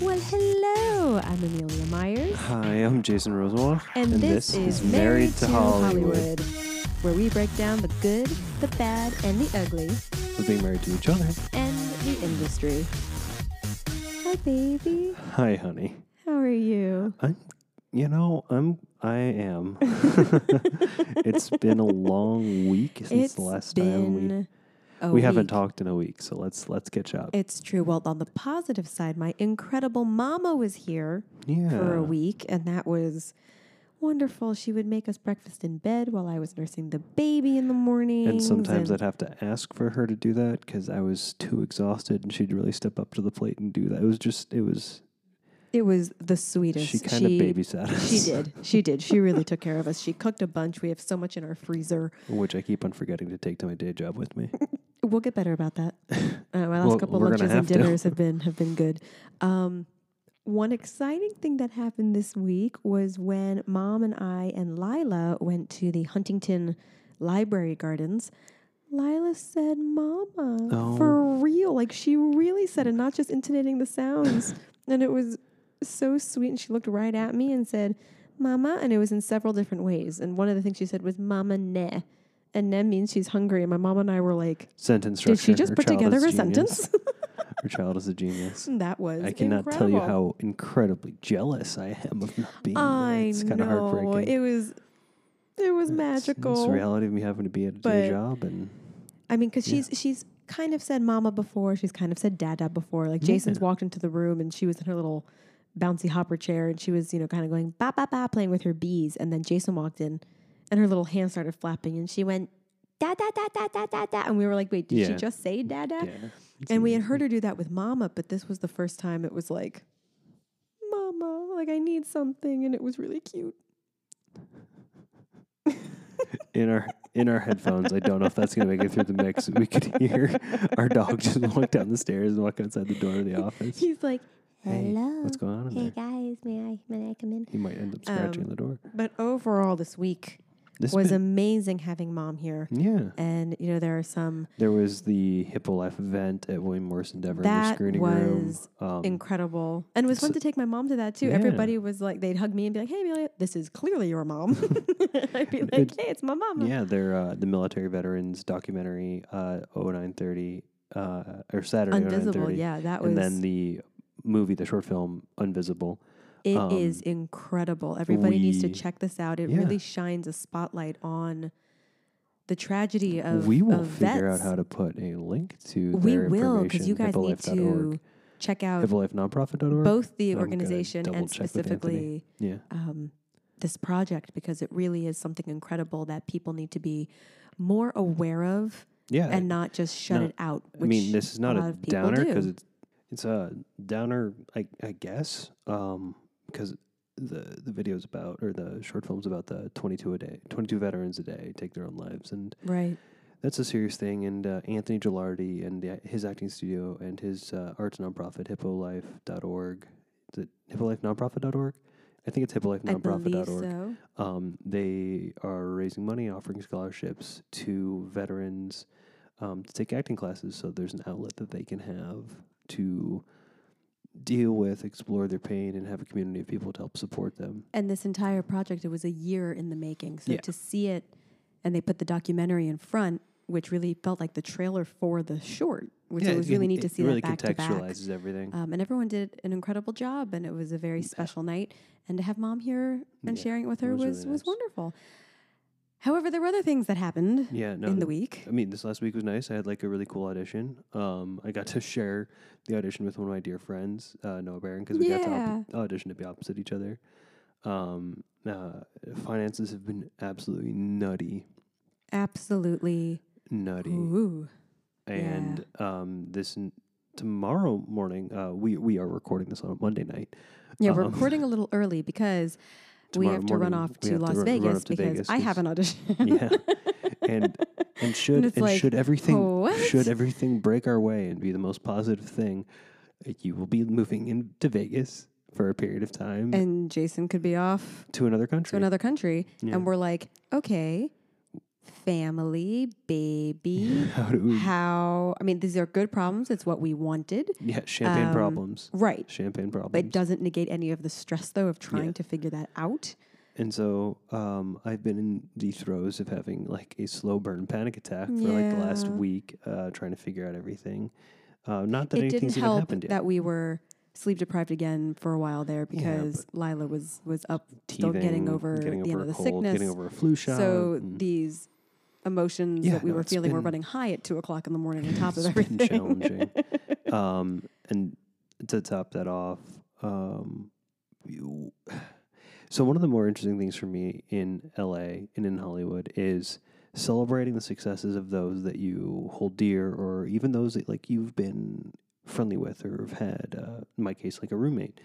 Well, hello. I'm Amelia Myers, Hi, I'm Jason Rosenwald. and, this, is Married to Hollywood, where we break down the good, the bad, and the ugly, We're being married to each other. and the industry. Hi, baby. Hi, honey. How are you? I'm, you know, I'm, I am. it's been a long week since It's the last time we been a we haven't week. talked in a week. So let's let's catch up. It's true. Well, on the positive side, my incredible mama was here yeah, for a week, and that was wonderful. She would make us breakfast in bed while I was nursing the baby in the morning. and sometimes I'd have to ask for her to do that because I was too exhausted, and she'd really step up to the plate and do that. It was just, it was. It was the sweetest. She kind of babysat us, She did. She did. She really took care of us. She cooked a bunch. We have so much in our freezer. which I keep on forgetting to take to my day job with me. We'll get better about that. Uh, my last Well, couple we're gonna lunches and have to. dinners have been have been good. Um, one exciting thing that happened this week was when Mom and I and Lila went to the Huntington Library Gardens. Lila said, "Mama, for Oh. real!" Like she really said, and not just intonating the sounds. and it was so sweet. And she looked right at me and said, Mama. And it was in several different ways. And one of the things she said was, Mama, ne. And ne means she's hungry. And my mom and I were like, Sentence Did structure. she just Her put child together is a genius. sentence? Her child is a genius. that was. I cannot incredible. tell you how incredibly jealous I am of not being I there. It's kind know. of heartbreaking. It was. It was It's- magical. It's the reality of me having to be at a But- day job, and I mean, because she's she's kind of said mama before. She's kind of said dada before. Like Jason's walked into the room and she was in her little bouncy hopper chair and she was you know kind of going ba ba ba playing with her bees. And then Jason walked in and her little hand started flapping and she went da da da da da da da. And we were like, wait, did she Yeah. just say dada? yeah, And we had heard her do that with mama, but this was the first time it was like, mama, like I need something, and it was really cute. in our in our headphones. I don't know if that's going to make it through the mix. We could hear our dog just walk down the stairs and walk outside the door of the office. He's like, Hey, hello. what's going on in Hey there? guys, may I may I come in? He might end up scratching the door. But overall, this week This Um, was bit- amazing having mom here. yeah. And you know there are some There was the Hippo Life event at William Morris Endeavor in the that screening was room. Um, incredible, and it was fun to take my mom to that too. Yeah. Everybody was like, they'd hug me and be like, "Hey, Amelia, this is clearly your mom." I'd be like, It- "Hey, it's my mom." Yeah, they're uh, the military veterans documentary, uh, 0930, uh, or Saturday, Invisible, 0930. yeah, that was. And then the movie, the short film, Invisible. It is incredible. Everybody needs to Um, we- check this out. It yeah. really shines a spotlight on the tragedy of we will of figure out vets. how to put a link to we their will information. you guys need to hippolife.org. check out Hippolifenonprofit.org. both the I'm gonna organization double and check with Anthony. specifically Yeah. um, this project because it really is something incredible that people need to be more aware of Yeah. and not just shut no, it out. I Which mean, this is not a a, lot of people downer because do. it's it's a downer, I, I guess, um, because the the video's about or the short film's about the twenty two a day, twenty two veterans a day take their own lives, and right. that's a serious thing. And uh, Anthony Gilardi and the, his acting studio and his uh, arts nonprofit hippolife.org, is it hippolife nonprofit.org? I think it's I believe hippolifenonprofit.org. so. Um, they are raising money, offering scholarships to veterans um, to take acting classes. So there's an outlet that they can have to deal with, explore their pain, and have a community of people to help support them. And this entire project, it was a year in the making. So Yeah. to see it, and they put the documentary in front, which really felt like the trailer for the short, which it was really neat to see It really that back to back. contextualizes everything. Um, and everyone did an incredible job, and it was a very special night. And to have mom here and Yeah, sharing it with it her was was was, really nice. wonderful. However, there were other things that happened yeah, no, in the th- week. I mean, this last week was nice. I had like a really cool audition. Um, I got to share the audition with one of my dear friends, uh, Noah Barron, because we got to Yeah. op- audition to be opposite each other. Um, uh, finances have been absolutely nutty, Absolutely. nutty, Ooh. and um, this n- tomorrow morning, uh, we we are recording this on a Monday night. Yeah, we're Um, recording a little early because we Tomorrow have to run morning, off we to have to Las run- run Vegas up to because Vegas I 'cause- have an audition. yeah, and and should and, it's like, should everything "What?" should everything break our way and be the most positive thing, uh, you will be moving into Vegas for a period of time and Jason could be off to another to country. another country, and we're like, okay, family, baby. How do we? How, I mean, these are good problems. It's what we wanted. Yeah, champagne um, problems. Right. Champagne problems. But it doesn't negate any of the stress, though, of trying to figure that out. And so um, I've been in the throes of having like a slow burn panic attack for like the last Yeah. week, uh, trying to figure out everything. Uh, not that it didn't anything's even help happened yet. that we were sleep deprived again for a while there because Lila was was up still getting Teething, over getting the over end of a the cold, sickness. getting over a flu shot. so and these emotions Yeah, that we no, were it's feeling were been- running high at two o'clock in the morning on top of it's been everything. challenging. um, and to top that off, um, you- so one of the more interesting things for me in LA and in Hollywood is celebrating the successes of those that you hold dear, or even those that like you've been friendly with or have had. Uh, in my case, like a roommate.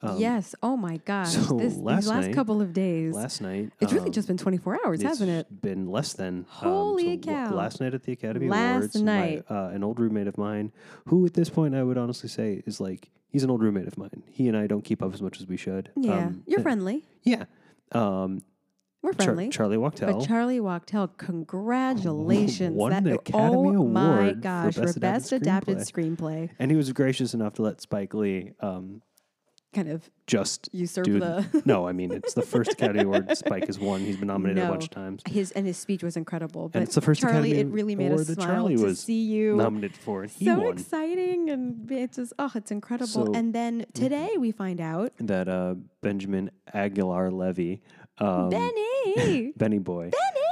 Um, yes. Oh my gosh. so this, last these last night- couple of days. Last night, it's really um, just been twenty four hours, hasn't it? It's Been less than. um, Holy so la- cow. last night at the Academy Last Awards, my, night. uh, an old roommate of mine, who at this point I would honestly say is like he's an old roommate of mine. He and I don't keep up as much as we should. Yeah. Um, You're uh, friendly. Yeah. Um, We're Char- friendly. Charlie Wachtel. But Charlie Wachtel, congratulations! Won that the oh Academy my Award for gosh, Best Adapted best adapted screenplay. and he was gracious enough to let Spike Lee um, Kind of just usurp do. the no, I mean it's the first Academy Award Spike has won. He's been nominated a No. bunch of times. his and his speech was incredible. But it's the first Charlie, Academy it really made Award us that smile Charlie to was see you. Nominated for it. He so won. exciting, and it's just oh, it's incredible. So- mm-hmm. and then today we find out that uh, Benjamin Aguilar Levy, um, Benny, Benny Boy, Benny,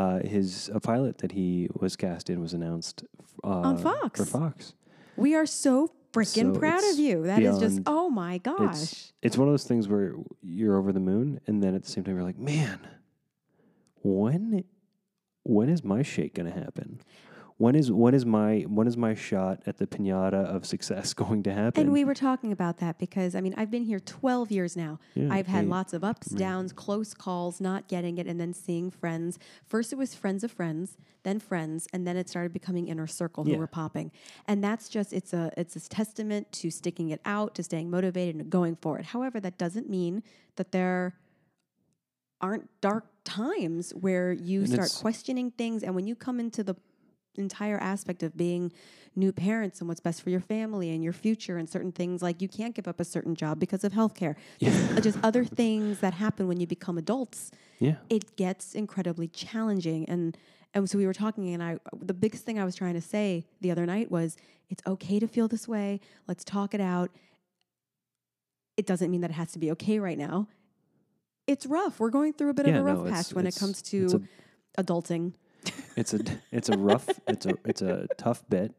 uh, his a pilot that he was cast in was announced uh, on Fox. for Fox. we are so freaking So proud it's of you. That is just beyond- oh my gosh. It's it's one of those things where you're over the moon, and then at the same time you're like, man, when when is my shake gonna happen? When is when is my when is my shot at the pinata of success going to happen? And we were talking about that because I mean I've been here 12 years now. Yeah, I've had hey, lots of ups, downs, close calls, not getting it, and then seeing friends. First it was friends of friends, then friends, and then it started becoming inner circle who Yeah. were popping. And that's just it's a it's a testament to sticking it out, to staying motivated and going for it. However, that doesn't mean that there aren't dark times where you And start it's- questioning things and when you come into the entire aspect of being new parents and what's best for your family and your future and certain things like you can't give up a certain job because of healthcare just, just other things that happen when you become adults yeah, it gets incredibly challenging and and so we were talking and I the biggest thing I was trying to say the other night was it's okay to feel this way let's talk it out it doesn't mean that it has to be okay right now it's rough we're going through a bit yeah. of a rough no, patch it's- when it it's- comes it's a to adulting it's a it's a rough it's a it's a tough bit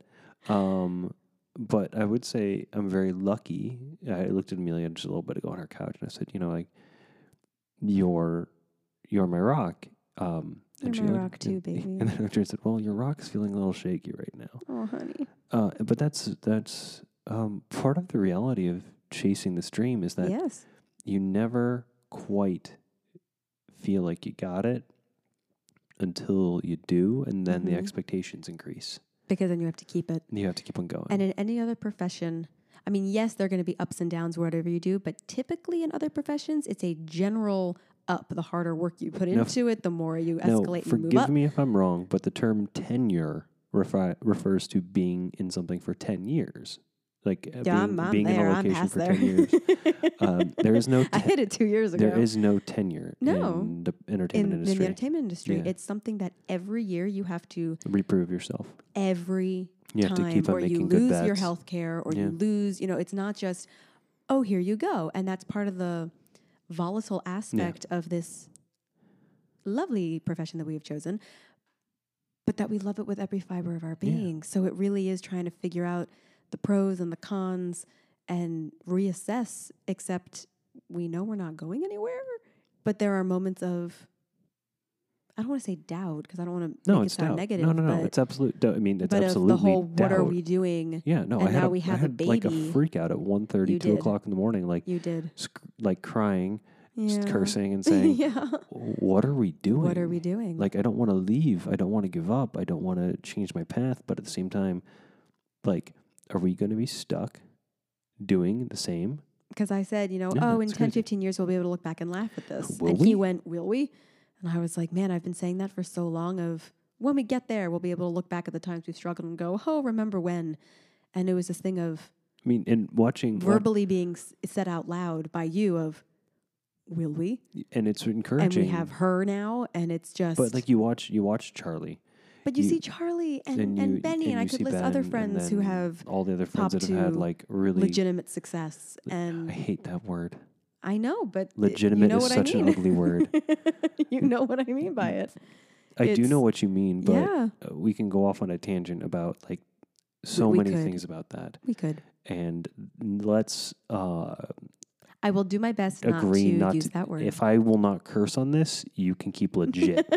um but i would say i'm very lucky i looked at amelia just a little bit ago on her couch and i said you know like you're you're my rock um and You're my looked- rock too, and- baby. and then I looked at her and said well your rock is feeling a little shaky right now oh honey uh but that's that's um part of the reality of chasing this dream is that yes you never quite feel like you got it until you do, and then the Mhm. expectations increase. because then you have to keep it And you have to keep on going. And in any other profession, I mean, yes, there are going to be ups and downs, whatever you do, but typically in other professions, it's a general up. The harder work you put No, f- into it, the more you now, escalate and move forgive up. me if I'm wrong, but the term tenure refi- refers to being in something for 10 years. Like yeah, uh, being, I'm, I'm being there. in a I'm location past for there. 10 years. Um, there is no I te- hit it two years ago. There is no tenure No. in the in, entertainment in industry. the entertainment industry, Yeah. it's something that every year you have to Reprove yourself. every You have time to keep on where you making good lose your bets. health care or Yeah. you lose, you know, it's not just, oh, here you go. And that's part of the volatile aspect of this lovely profession that we have chosen, but that we love it with every fiber of our Yeah. being. So it really is trying to figure out the pros and the cons and reassess, except we know we're not going anywhere, but there are moments of, I don't want to say doubt because I don't want to No, make it's it sound doubt. negative. No, no, no. but- It's absolute. doubt. I mean, it's but of absolutely the whole what are doubt. we doing Yeah, no, I And had, now a, we I have a had like a baby. freak out at 1 You 2 did. o'clock in the morning, like you did sc- like crying, s- yeah. cursing, and saying, yeah "What are we doing? what are we doing Like, I don't want to leave. I don't want to give up. I don't want to change my path. But at the same time, like, are we going to be stuck doing the same? because i said you know Yeah, oh in it's 10 crazy. 15 years we'll be able to look back and laugh at this Will and we? he went will we And I was like, man, I've been saying that for so long of when we get there, we'll be able to look back at the times we've struggled and go, oh, remember when? And it was this thing of I mean, and watching wa- verbally being s- said out loud by you of, will we? and it's And encouraging. we have her now, and it's just. but like you watch, you watch Charlie But you, you- see Charlie and, and, you, Benny, and, I you could see list other Ben, and friends who then have all the other friends Pop that have had Two, like really. legitimate success. And I hate that word. I know, but it- Legitimate you know is what I such an mean. ugly word. you know what I mean by it. I do know It's- what you mean, but yeah, uh, we can go off on a tangent about like so we many could. things about that. we could. And let's uh I will do my best not agree to not use to- that word. if I will not curse on this, you can keep legit.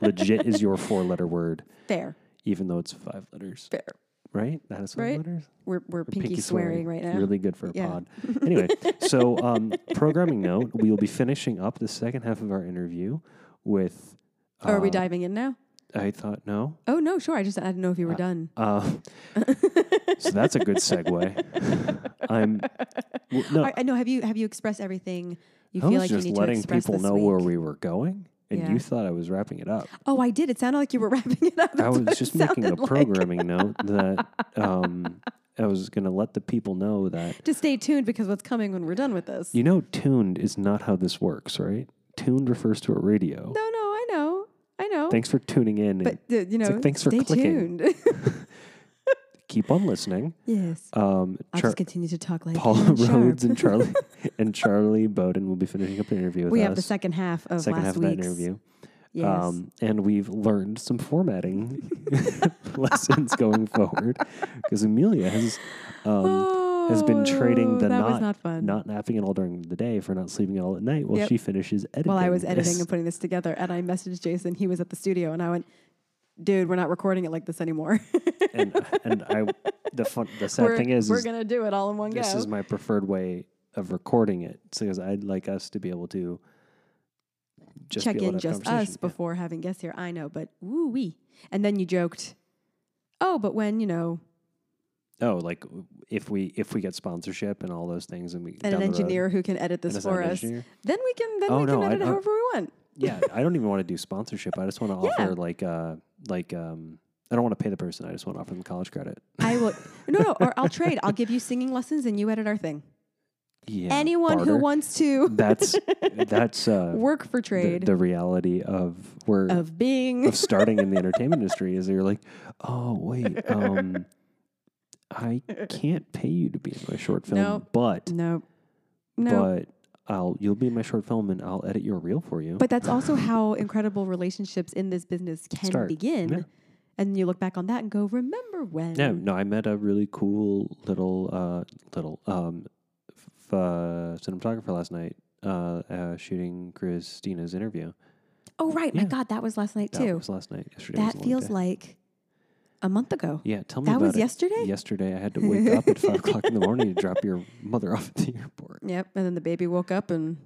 legit is your four letter word, Fair, even though it's five letters. fair. Right? That is five Right. letters. We're we're Or pinky, swearing, right now. Really good for a Yeah. pod. Anyway, so um, programming note, we will be finishing up the second half of our interview with. Are we uh, diving in now? I thought no. Oh no, sure. I just I didn't know if you were done. Uh, so that's a good segue. I'm w- no. I, I know. Have you have you expressed everything you I feel was like just you need to letting express people this know where week? we were going, and Yeah. you thought I was wrapping it up. Oh, I did. It sounded like you were wrapping it up. I That's was what it just making a sounded like. programming note that um, I was going to let the people know that Just stay tuned because what's coming when we're done with this. you know tuned is not how this works, right? Tuned refers to a radio. No, no, I know, I know. Thanks for tuning in. and but uh, you know, like, thanks for stay clicking. tuned. keep on listening. yes, Um, I'll Char- just continue to talk like Paula Ian Rhodes Sharp. and Charlie and Charlie Bowden will be finishing up the interview with we us. have the second half of second last half of that week's interview. Um, Yes. and we've learned some formatting lessons going forward because Amelia has Oh, um, has been trading the that not was not fun. not napping at all during the day for not sleeping at all at night while Yep. she finishes editing. While I was editing this. and putting this together, and I messaged Jason. He was at the studio, and I went, "Dude, we're not recording it like this anymore. and and I the fun the sad we're, thing is, we're is gonna do it all in one this go." is my preferred way of recording it because I'd like us to be able to just Check be able to in have just conversation. us before having guests here. I know, but woo wee. And then you joked, "Oh, but when you know." Yeah. Oh, like w- if we if we get sponsorship and all those things, and we and down an the road- engineer who can edit and this a sound for us, engineer. then we can then Oh, we no, can I- edit I- however we want. yeah, I don't even want to do sponsorship. I just want to Yeah. offer like uh like um I don't want to pay the person. I just want to offer them college credit. I will no no, or I'll trade. I'll give you singing lessons and you edit our thing. Yeah, Anyone who barter. wants to that's that's uh work for the, trade the reality of we're of being of starting in the entertainment industry is you're like, oh wait, um, I can't pay you to be in my short film, Nope. but no no. but I'll you'll be in my short film and I'll edit your reel for you. But, that's also how incredible relationships in this business can Start, begin. yeah. And you look back on that and go, remember when? no, no, I met a really cool little uh little um f- uh, cinematographer last night. Uh, uh, shooting Christina's interview. Oh right, Yeah. my God, that was last night That too. was last night. Yesterday. was That a long feels day. like a month ago. Yeah, tell me that about was it. yesterday. Yesterday, I had to wake up at five o'clock in the morning to drop your mother off at the airport. Yep. And then the baby woke up and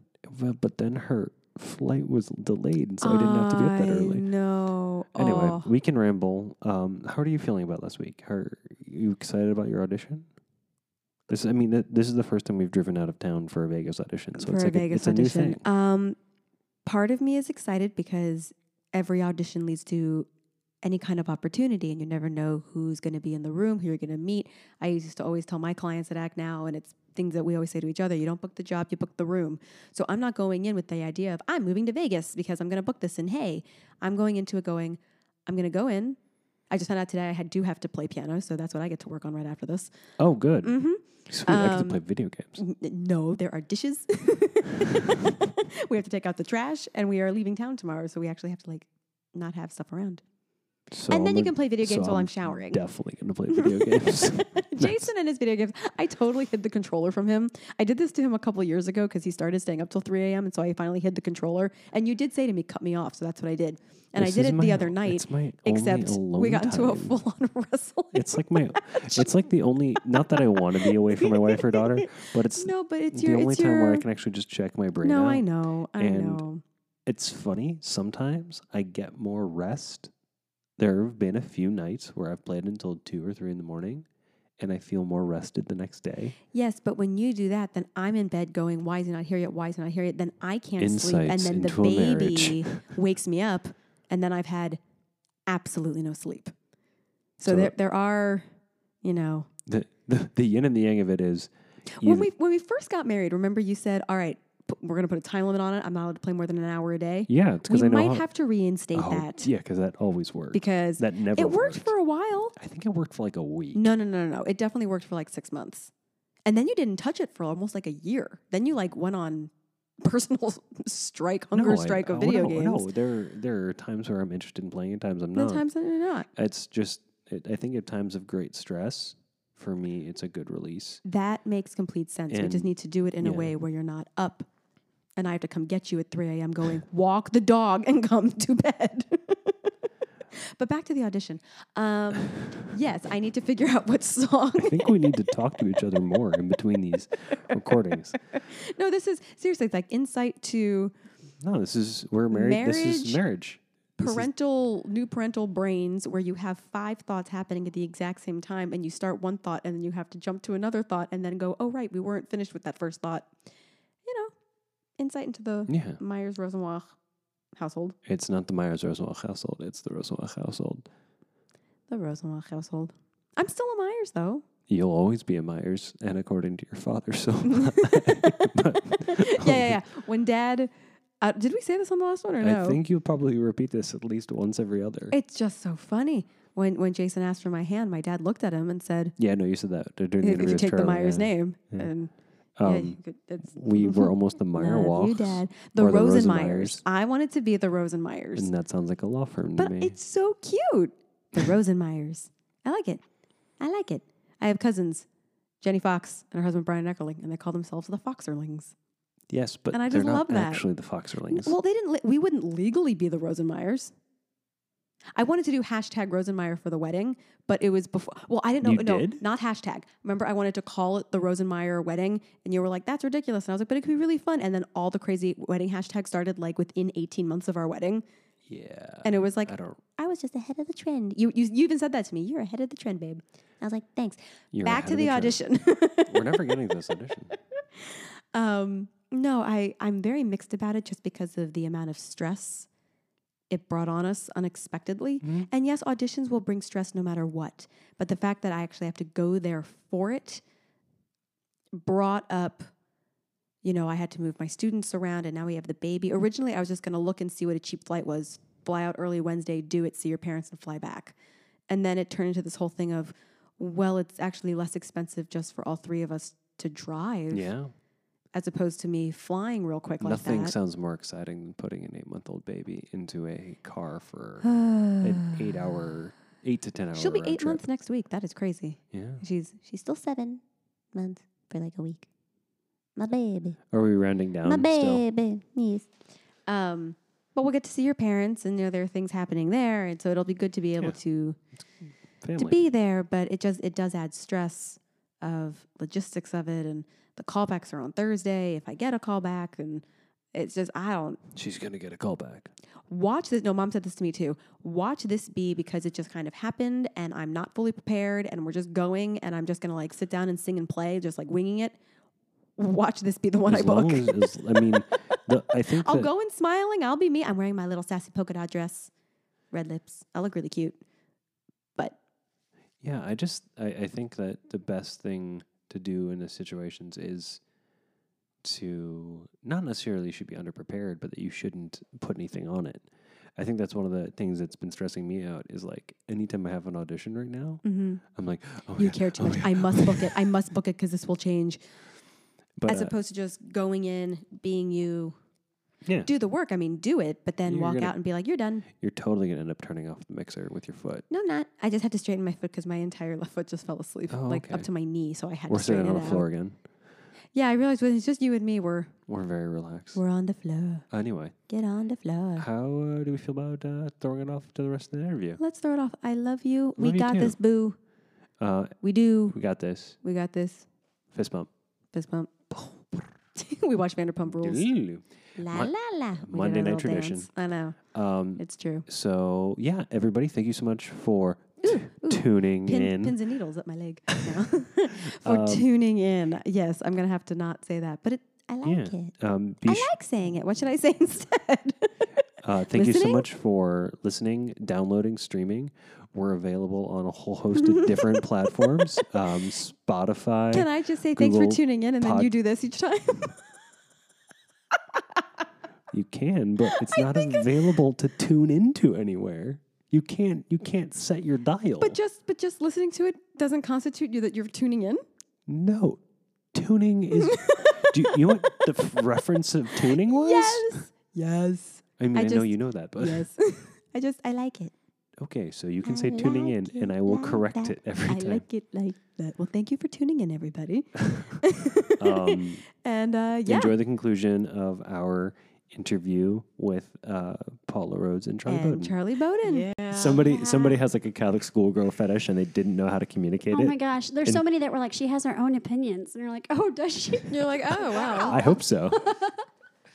Well, but then her flight was delayed, and so I didn't have to be up that early. No. Anyway, Oh. we can ramble. Um, how are you feeling about last week? Are you excited about your audition? This, I mean, th- this is the first time we've driven out of town for a Vegas audition, so for it's a like Vegas a, it's audition. a new thing. Um, part of me is excited because every audition leads to any kind of opportunity, and you never know who's going to be in the room, who you're going to meet. I used to always tell my clients at Act Now, and it's things that we always say to each other: you don't book the job, you book the room. So I'm not going in with the idea of I'm moving to Vegas because I'm going to book this, and hey, I'm going into it going, I'm going to go in. I just found out today I had, do have to play piano, so that's what I get to work on right after this. Oh, good. Mm-hmm. Sweet, I get to Um, play video games. N- No, there are dishes. we have to take out the trash, and we are leaving town tomorrow, so we actually have to like not have stuff around. So and then I'm you gonna- can play video games so while I'm showering. Definitely going to play video games. Jason and his video games. I totally hid the controller from him. I did this to him a couple years ago because he started staying up till 3 a.m. And so I finally hid the controller. And you did say to me, cut me off. So that's what I did. And This I did is it my- the other night, It's my only except we alone got into a time. full on wrestling. It's like my, it's like the only. Not that I want to be away from my wife or daughter, but it's no, but it's the your. only it's time your, where I can actually just check my brain. No, out. I know. I and know. It's funny. Sometimes I get more rest. There have been a few nights where I've played until two or three in the morning, and I feel more rested the next day. Yes, but when you do that, then I'm in bed going, "Why is he not here yet? Why is he not here yet?" Then I can't sleep, and Insights then the into a marriage. baby wakes me up, and then I've had absolutely no sleep. So, So- there, there are, you know, The, the the yin and the yang of it is you, when we when we first got married, remember you said, "All right, p- we're going to put a time limit on it. I'm not allowed to play more than an hour a day." yeah, it's we because I know might how, have to reinstate oh, that Yeah, because that always works. because that never it worked for a while. I think it worked for like a week. No, no, no, no, no. It definitely worked for like six months. And then you didn't touch it for almost like a year. Then you like went on personal strike, hunger No, I- strike oh, of video no, games. No, there there are times where I'm interested in playing, and times I'm The not. times that you're not. it's just it, I think at times of great stress, for me, it's a good release. That makes complete sense. we just And- need to do it in a yeah. way where you're not up and I have to come get you at 3 a.m. going, walk the dog and come to bed. but back to the audition. Um, yes, I need to figure out what song. I think we need to talk to each other more in between these recordings. no, this is seriously it's like insight to No, this is we're married. This is marriage. This is- parental new parental brains where you have five thoughts happening at the exact same time and you start one thought and then you have to jump to another thought and then go oh right we weren't finished with that first thought you know insight into the yeah, myers rosenbach household it's not the Myers Rosenbach household. It's the Rosenbach household. the rosenbach household i'm still a myers though You'll always be a Myers, and according to your father, so Oh, yeah yeah yeah when dad uh, did we say this on the last one or no I think you'll probably repeat this at least once every other. it's just so funny when when jason asked for my hand my dad looked at him and said yeah, no, you said that during the if interview you with take the Charlie, myers yeah. name Yeah. and Um, yeah, you could, it's we were almost the Meyer Love walks, You, Dad. The or the Rosenmeyers. Rosenmeyers. I wanted to be the Rosenmeyers. and that sounds like a law firm But to me. it's so cute. The Rosenmeyers. I like it. I like it. I have cousins, Jenny Fox and her husband Brian Eckerling, and they call themselves the Foxerlings. Yes, but and I they're just not love that. actually the Foxerlings. Well, they didn't. Li- we wouldn't legally be the Rosenmeyers. I wanted to do hashtag Rosenmeyer for the wedding, but it was before. Well, I didn't know. You no, did? not hashtag. Remember, I wanted to call it the Rosenmeyer wedding, and you were like, "That's ridiculous." And I was like, "But it could be really fun." And then all the crazy wedding hashtags started like within eighteen months of our wedding, yeah, and it was like, I don't. I was just ahead of the trend. "And you, you, you even said that to me. You're ahead of the trend, babe." I was like, thanks. You're Back ahead to of the, trend. audition. We're never getting this audition. Um, no, I, I'm very mixed about it just because of the amount of stress it brought on us unexpectedly. And yes, auditions will bring stress no matter what. But the fact that I actually have to go there for it brought up, you know, I had to move my students around and now we have the baby. Originally, I was just going to look and see what a cheap flight was, fly out early Wednesday, do it, see your parents, and fly back. And then it turned into this whole thing of, well, it's actually less expensive just for all three of us to drive Yeah, as opposed to me flying real quick like nothing that. sounds more exciting than putting an eight-month-old baby into a car for an eight-hour, eight to ten-hour. She'll be eight trip. months next week. That is crazy. Yeah. She's She's still seven months for like a week. My baby. Are we rounding down? My Still? baby. Yes. um but we'll get to see your parents and you know there are things happening there and so it'll be good to be able Yeah. to Family. to be there, but it just it does add stress of logistics of it and the callbacks are on Thursday if I get a callback and it's just I don't She's gonna get a call back. watch this. No, mom said this to me too. Watch this be because it just kind of happened and I'm not fully prepared and we're just going and I'm just going to like sit down and sing and play, just like winging it. Watch this be the one as I book. long as, as I mean, the, I think I'll that go in smiling. I'll be me. I'm wearing my little sassy polka dot dress, red lips. I look really cute. But Yeah, I just I, I think that the best thing to do in the situations is to not necessarily should be underprepared, but that you shouldn't put anything on it. I think that's one of the things that's been stressing me out is like anytime I have an audition right now, I'm like, oh my Mm-hmm. you God, care too oh my much. God." I must book it. I must book it because this will change. But As uh, opposed to just going in, being you, yeah, do the work. I mean, do it, but then You're walk gonna- out and be like, you're done. you're totally gonna end up turning off the mixer with your foot. No, I'm not. I just had to straighten my foot because my entire left foot just fell asleep, Oh, like up okay. to my knee. So I had We're to straighten sitting it on the out. floor again. Yeah, I realized when it's just you and me, we're We're very relaxed. we're on the floor. anyway, Get on the floor. how uh, do we feel about uh, throwing it off to the rest of the interview? Let's throw it off. I love you. Love we you got too. this, boo. Uh, We do. we got this. We got this. Fist bump. Fist bump. we watch Vanderpump Rules. Ooh. La Mon- la la. We did Monday our night little tradition. dance. I know Um, it's true. So yeah, everybody, thank you so much for Ooh, tuning pin, in. pins and needles up my leg now for Um, tuning in. Yes, I'm gonna have to not say that, but it, I like yeah. it. Um, I be sh- like saying it. What should I say instead? Uh, thank you so Listening? much for listening, downloading, streaming. We're available on a whole host of different platforms um, Spotify. Can I just say thanks for Google tuning in, and then pod- you do this each time? You can, but it's not available to tune into anywhere. You can't. You can't set your dial. but just but just listening to it doesn't constitute you that you're tuning in. no, tuning is. do you, you know what the f- reference of tuning was? Yes, Yes. I mean, I, I know just- you know that, but yes. I just I like it. okay. So you can I say tuning like in, it and I will like correct that. it every I time. like it like that. Well, thank you for tuning in, everybody. um, and uh, yeah, enjoy the conclusion of our interview with uh, Paula Rhodes and Charlie and Bowden. Charlie Bowden. somebody somebody has like a Catholic schoolgirl fetish and they didn't know how to communicate Oh it. my gosh, there's so many that were like, she has her own opinions, and you're like, oh, does she? You're like, oh wow, I hope so.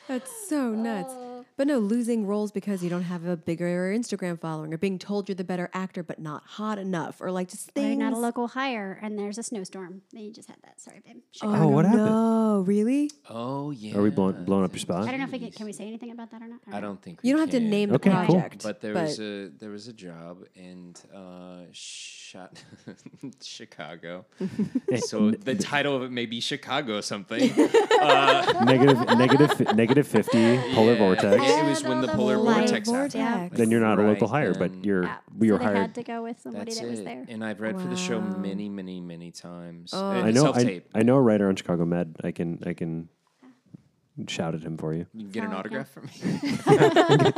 that's so nuts. But no, losing roles because you don't have a bigger Instagram following, or being told you're the better actor but not hot enough, or like just They're things. not a local hire, and there's a snowstorm. You just had that. Sorry, babe. Should- Oh, what happened? No, really? Oh yeah. Are we blowing, blowing up your Jeez. spot? I don't know if we can. Can we say anything about that or not? I don't think we You don't have to can. name the Okay, cool. project, But there was a there was a job in uh, shot Chicago. so the title of it may be Chicago something. uh, negative negative negative fifty polar yeah, vortex. It, it was when the polar vortex vortex. happened. Then you're not a local Right hire, but then. you're Yeah. we so were they hired. had to go with somebody That's that it. was there. And I've read for the show Wow. many, many, many times. Oh. Uh, I know I, self-tape. I know a writer on Chicago Med. I can I can shout at him for you. You can get Oh, an okay. autograph from me.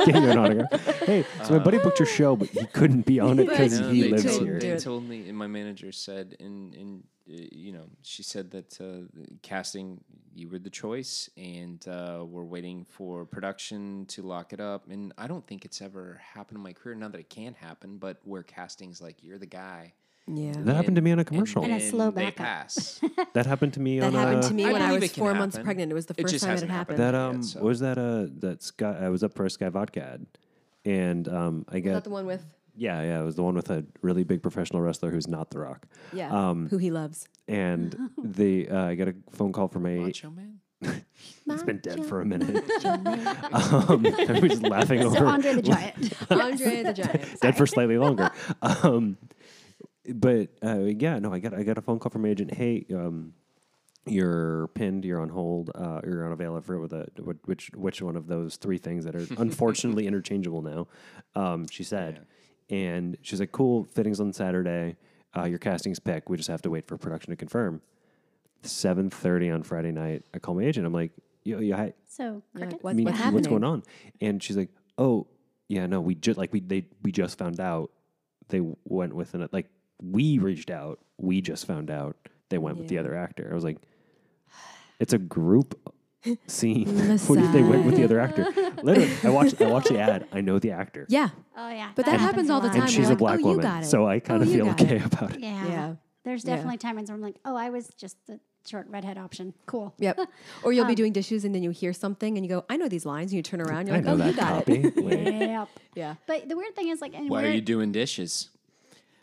Get you an autograph. Hey, so my buddy booked your show, but he couldn't be on it because No, he they lives told, couldn't here. do They it. told me, and my manager said, and and uh, you know, she said that uh, the casting you were the choice, and uh, we're waiting for production to lock it up. And I don't think it's ever happened in my career. Not that it can happen, but where casting's like you're the guy. yeah. That happened to me on a commercial. And a then slow They backup. pass. that happened to me That on happened a, to me I when I believe was it can four months happen. pregnant. It was the It first just time it hasn't happened. happened. That Yeah, um so- what was that uh that Sky I was up for a Sky Vodka ad, and um I Was got that the one with yeah yeah it was the one with a really big professional wrestler who's not The Rock, yeah, Um, who he loves? and the uh, I got a phone call from a Macho man. it's been dead for a minute. um, I was laughing over So Andre the Giant. Andre the Giant. dead for slightly longer. um, but uh, yeah, no, I got I got a phone call from my agent. Hey, um, you're pinned. You're on hold. Uh, you're unavailable. I forget what the what, which which one of those three things that are unfortunately interchangeable now. Um, she said, and she's like, "Cool, fittings on Saturday. Uh, your casting's pick. We just have to wait for production to confirm." Seven thirty on Friday night. I call my agent. I'm like, "Yo, yo hi, So You're crickets. like, what, I mean, what's what's, happening? going on? And she's like, oh, yeah, no, we just like we they we just found out they went with an like we reached out, we just found out they went with the Yeah. other actor. I was like, it's a group scene. what if they went with the other actor? Literally, I watched I watched the ad. I know the actor, Yeah, Oh yeah, But that happens all the a lot. time. and she's you're a like, black "Oh, you woman, got it. so I kind Oh, of you feel got okay about it. Yeah. Yeah. There's Yeah. definitely times where I'm like, oh, I was just the short redhead option. Cool. yep. Or you'll be doing dishes and then you hear something and you go, "I know these lines." And you turn around, you're I like, know "Oh, you that got copy. it." Wait. Yep. Yeah. But the weird thing is, like, and Why are we're- you doing dishes?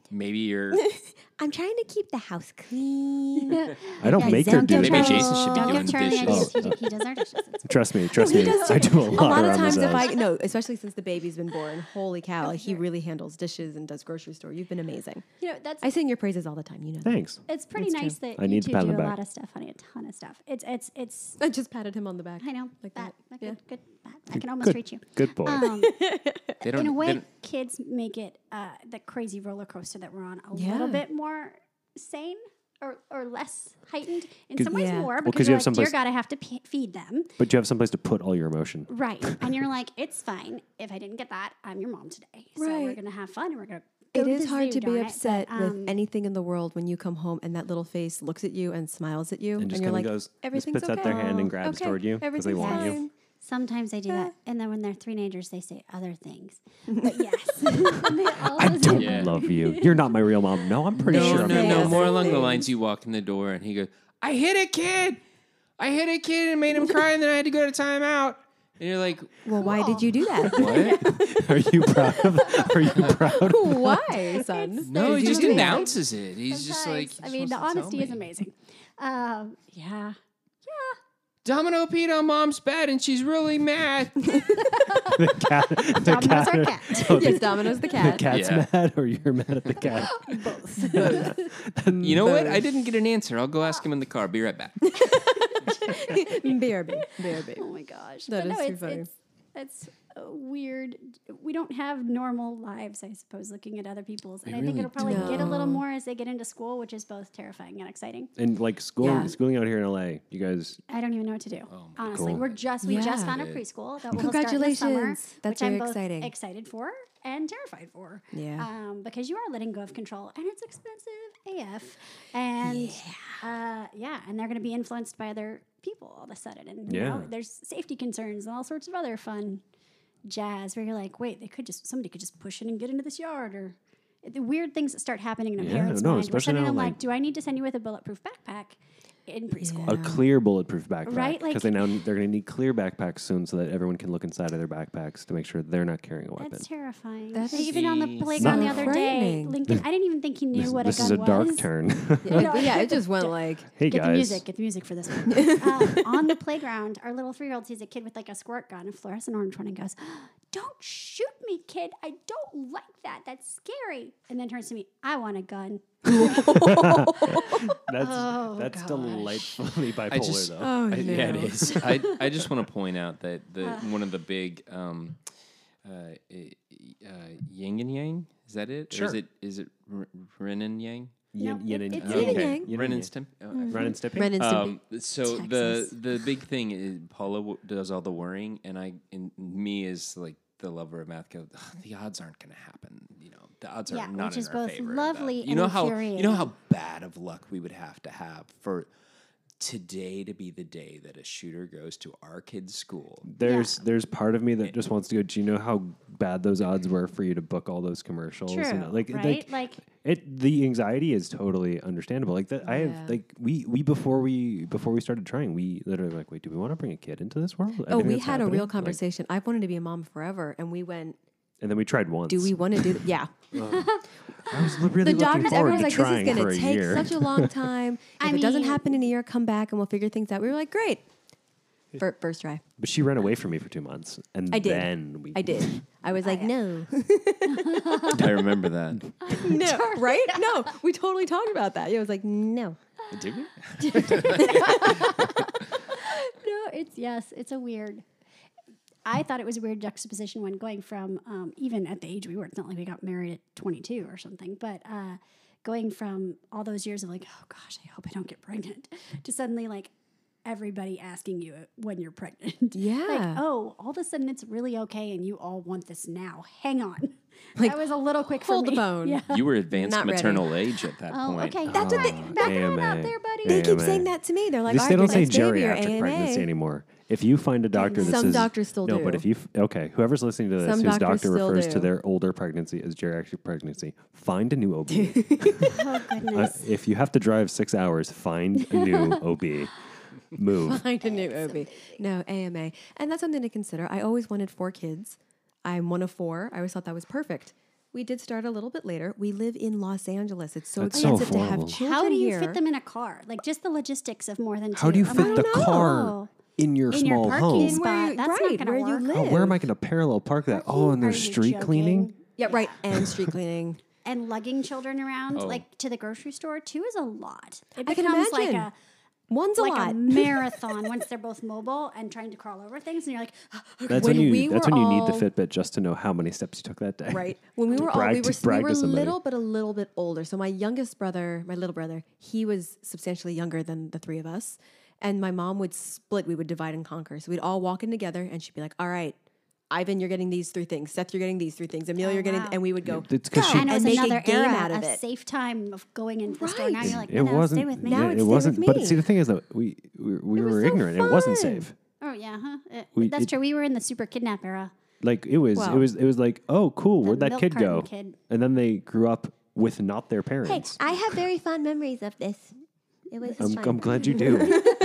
Maybe you're. I'm trying to keep the house clean. I don't Yeah, make their don't give dishes. Maybe Jason should be Don't doing give Charlie dishes. ideas. He, he does our dishes. It's Trust me, trust me. I do a lot, A lot of around times, this if house. I no, especially since the baby's been born, holy cow, like, he really handles dishes and does grocery store. You've been amazing. You know, that's I sing your praises all the time. You know, that. Thanks. it's pretty true. nice that I you need to two pat do him a back. lot of stuff, honey. A ton of stuff. It's it's it's. I just patted him on the back. I know. Like bat, that. Like Yeah. a good bat. I can almost Good- reach you. Good boy. Um, They in don't. a they way, don't- kids make it uh, the crazy roller coaster that we're on a Yeah. little bit more sane or, or less heightened. In some ways, Yeah. more Well, 'cause because you you're have like, dear someplace- God, I have to p- feed them. But you have someplace to put all your emotion. Right. And you're like, it's fine. If I didn't get that, I'm your mom today. So we're Right. going to have fun and we're going to. It is hard to be upset um, with anything in the world when you come home and that little face looks at you and smiles at you, and just you're kind of like, goes, just "Everything's puts out their okay." hand and grabs Okay, toward you because they everything's want you. fine. Sometimes they do that. And then when they're teenagers, they say other things. But yes. they I always don't Yeah. love you. You're not my real mom. No, I'm pretty no, sure. no, I'm no, your mom. More along the lines, you walk in the door and he goes, "I hit a kid, I hit a kid and made him cry, and then I had to go to timeout." And you're like, Well, why did you do that? what? Are you proud of? Are you proud? Of, why, son? no, he you just do it? announces it. He's just like, Sometimes. "You're I mean, the supposed to tell honesty is me." amazing. Um, yeah. Domino peed on mom's bed and she's really mad. the cat. The Domino's cat, our cat. No, the, Yes, Domino's the the cat. cat's Yeah. mad, or you're mad at the cat. you know what? I didn't get an answer. I'll go ask him in the car. Be right back. Bear babe. Bear babe. Oh my gosh. That But is no, too it's, funny. It's, that's uh, weird. We don't have normal lives, I suppose, looking at other people's. And We I really think it'll probably get a little don't. more as they get into school, which is both terrifying and exciting. And like schooling, Yeah. schooling out here in LA, you guys. I don't even know what to do. Oh my honestly, God. we're just we Yeah. just found a preschool that will start this Congratulations. summer, That's which very I'm both exciting. excited for and terrified for. Yeah. um, because you are letting go of control, and it's expensive AF, and yeah, uh, yeah and they're going to be influenced by other people all of a sudden, and you know, Yeah. there's safety concerns and all sorts of other fun jazz where you're like, wait, they could just somebody could just push it and get into this yard or. The weird things that start happening in a Yeah, parent's no, mind. where especially suddenly now, I'm like- like, do I need to send you with a bulletproof backpack in preschool? A Yeah. clear bulletproof backpack, Right, like- Because they now need- they're going to need clear backpacks soon, so that everyone can look inside of their backpacks to make sure they're not carrying a weapon. That's terrifying. That's even on the so playground the other day, frightening. Lincoln. I didn't even think he knew This, what this a is gun a dark was. turn. Yeah, it- yeah, it just went like, hey Get guys, the music. Get the music for this one. uh, on the playground, our little three-year-old sees a kid with like a squirt gun, a fluorescent orange one, and goes, "Don't shoot me, kid. I don't like that. That's scary." And then turns to me, "I want a gun." that's Oh, that's gosh. delightfully bipolar I just- though. oh I- no. Yeah, it is. I, I just want to point out that the Uh. one of the big um, uh, i- uh, yin and yang is that it? Or is Sure. it is it r- yin and yang? Yin, No, yin it- and it's Mm-hmm. yang. yin and Okay. yang. Yin Ren and yang. Stim. oh, I Ren and Stimpy. Ren and Stimpy. Um, so Texas. the the big thing is Paula w- does all the worrying, and I and me is like the lover of math. Go, "Ugh, the odds aren't going to happen. You know, the odds Yeah, are not which in is our both favor. of lovely that." You and know how you know infuriating. how bad of luck we would have to have for today to be the day that a shooter goes to our kid's school. There's there's part of me that just wants to go. Do you know how bad those odds were for you to book all those commercials? True. And like right? like it. The anxiety is totally understandable. Like that, I Yeah. have like we we before we before we started trying, we literally were like, wait, do we want to bring a kid into this world? Oh, Everything we that's had a happening?" real Like, conversation. I've wanted to be a mom forever, and we went. and then we tried once. Do we want to do? Th-? Yeah. I was li- really the looking doctors, forward everyone's to like, "This is trying going to for a take year. such a long time. If I it doesn't mean- happen in a year, come back and we'll figure things out." We were like, "Great." Fir- first try, But she ran away from me for two months, and I did. then we I did. I was like, "No, I remember that. no, right? No." We totally talked about that. Yeah, I was like, "No." Did we? No, it's yes, it's a weird. I thought it was a weird juxtaposition when going from um, even at the age we were. It's not like we got married at 22 or something, but uh, going from all those years of like, oh gosh, I hope I don't get pregnant, to suddenly like everybody asking you when you're pregnant. Yeah. like, oh, all of a sudden it's really okay, and you all want this now. Hang on, Like, that was a little quick. for hold the me. phone. Yeah. You were advanced Not ready. maternal age at that Oh, point. okay. Oh, That's what they. Oh, Back on AMA. out there, buddy. They keep AMA. saying that to me. They're like, "Oh, At least they "All don't right, say your next baby geriatric or pregnancy AMA." anymore. If you find a doctor that Some says doctors still no, but do. if you f- okay, whoever's listening to this Some whose doctors doctor still refers to do. their older pregnancy as geriatric pregnancy, find a new OB. Oh Uh, goodness. if you have to drive six hours, find a new OB. Move. Find a new OB. No, AMA. And that's something to consider. I always wanted four kids. I'm one of four. I always thought that was perfect. We did start a little bit later. We live in Los Angeles. It's so That's so expensive to have affordable. children How do you here. fit them in a car? Like just the logistics of more than two. How do you I'm fit like, the "Oh, car in your In your small parking home? in spot? where you, That's not right, gonna where you work. live? Oh, where am I going to parallel park that? Oh, and Are there's you street cleaning. joking? Yeah, right. And street cleaning. and lugging children around Oh. like to the grocery store too is a lot. It I can becomes like imagine. a One's a like lot. a marathon once they're both mobile and trying to crawl over things, and you're like, That's When when, you. we that's were when you need all- the Fitbit just to know how many steps you took that day. Right. When we To were all brag- we to were, s- we brag to were somebody. little but a little bit older. So my youngest brother, my little brother, he was substantially younger than the three of us. And my mom would split, we would divide and conquer. So we'd all walk in together and she'd be like, All right, Ivan, you're getting these three things. Seth, you're getting these three things. Emil, Oh, you're getting wow. and we would go. It's because I know it's make a another game era out of a it. safe time of going into the store. Now Right. you're like, it no, wasn't. stay with me. yeah, Now it's it stay with wasn't. But me. see, the thing is, though, we we, we was were so ignorant. It wasn't fun. safe. Oh yeah, huh? Uh, We- that's it- true. We were in the super kidnap era. Like it was. Well, it was. It was like, oh, cool. Where'd that milk kid carton go? kid. And then they grew up with not their Hey, parents. I have very fond memories of this. It was I'm, fun. I'm glad you do.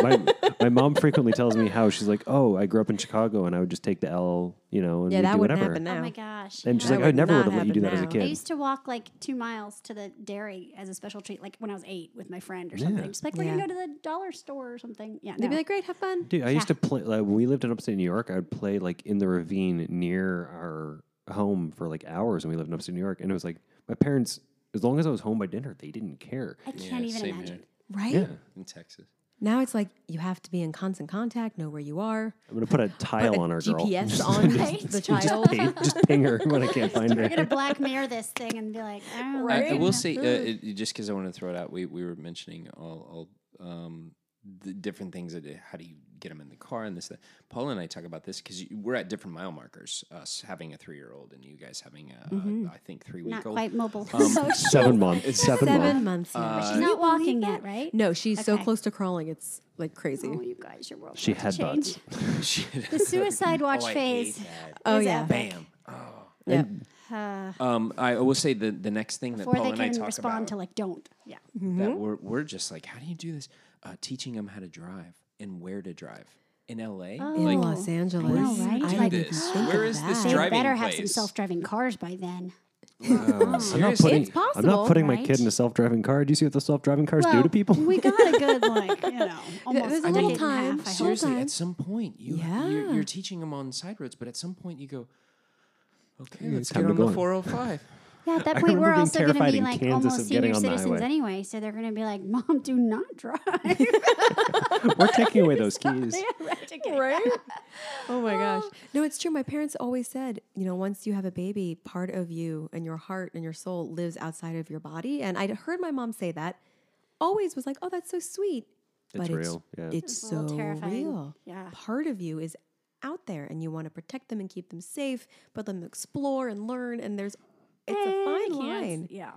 my, my mom frequently tells me how she's like, oh, I grew up in Chicago and I would just take the L, you know, and Yeah, we'd that do wouldn't whatever. happen now. Oh my gosh. And she's That like, I would never not would have let you do that as a happen now. I kid. used to walk like two miles to the dairy as a special treat, like when I was eight with my friend or Yeah. something. Just like, we're Yeah. going to go to the dollar store or something. Yeah. They'd be no. like, great, have fun. Dude, I Yeah. used to play like, when we lived in upstate New York. I would play like in the ravine near our home for like hours, and we lived in upstate New York. And it was like my parents, as long as I was home by dinner, they didn't care. I can't even same imagine. here. Right? Yeah, in Texas. Now it's like you have to be in constant contact, know where you are. I'm gonna put a tile a on our girl. GPS Just- on Right. the just, child. ping, just ping her when I can't find We're her. going to black mirror this thing and be like, "Oh, I don't I, I know. will say, uh, Mm. it, it- just because I want to throw it out, we, we were mentioning all, all um, the different things that uh, how do you get them in the car and this. That. Paula and I talk about this because we're at different mile markers. Us having a three year old and you guys having a I think three week Mm-hmm. Not old. quite mobile. Um, so she's Seven months. Seven, Seven months months. now. Uh, Can you not believe walking that? yet, right? No, she's so Okay. close to crawling. It's like crazy. Oh, you guys, your world. Mm. She has to had change. butts. Shit. The suicide watch Oh, I hate phase. that. Oh, is yeah. epic. Bam. Yeah. Uh, Um, I will say the the next thing that before Paula they and I can talk respond about to Mm-hmm. like, don't. Yeah. that we're, we're just like, how do you do this? Uh, teaching them how to drive and where to drive in L.A. Oh. Uh, In like, Los Angeles. know, right? I Do didn't this. even think Where of is this that. They Driving better have some place. self-driving cars by then. I'm not putting, It's I'm possible, not putting my right? kid in a self driving car. Do you see what the self driving cars do Well, to people? we got a good like, you know, almost there's a a little decade and a time. half, I hope. Seriously, at some point, you Yeah. you're, you're teaching them on side roads, but at some point you go, okay, let's time get to on go the on." 405. Yeah, at that I point, remember we're being also going to terrified be in like Kansas almost of getting senior on the citizens highway. anyway, so they're going to be like, "Mom, do not drive." We're taking away those keys. right? Right? Oh my gosh. No, it's true. My parents always said, you know, once you have a baby, part of you and your heart and your soul lives outside of your body. And I'd heard my mom say that. Always was like, oh, that's so sweet. But real, yeah. It's It's a so little terrifying. real. Yeah. Part of you is out there and you want to protect them and keep them safe, but let them explore and learn. And there's, it's Eh, a fine line. Yeah.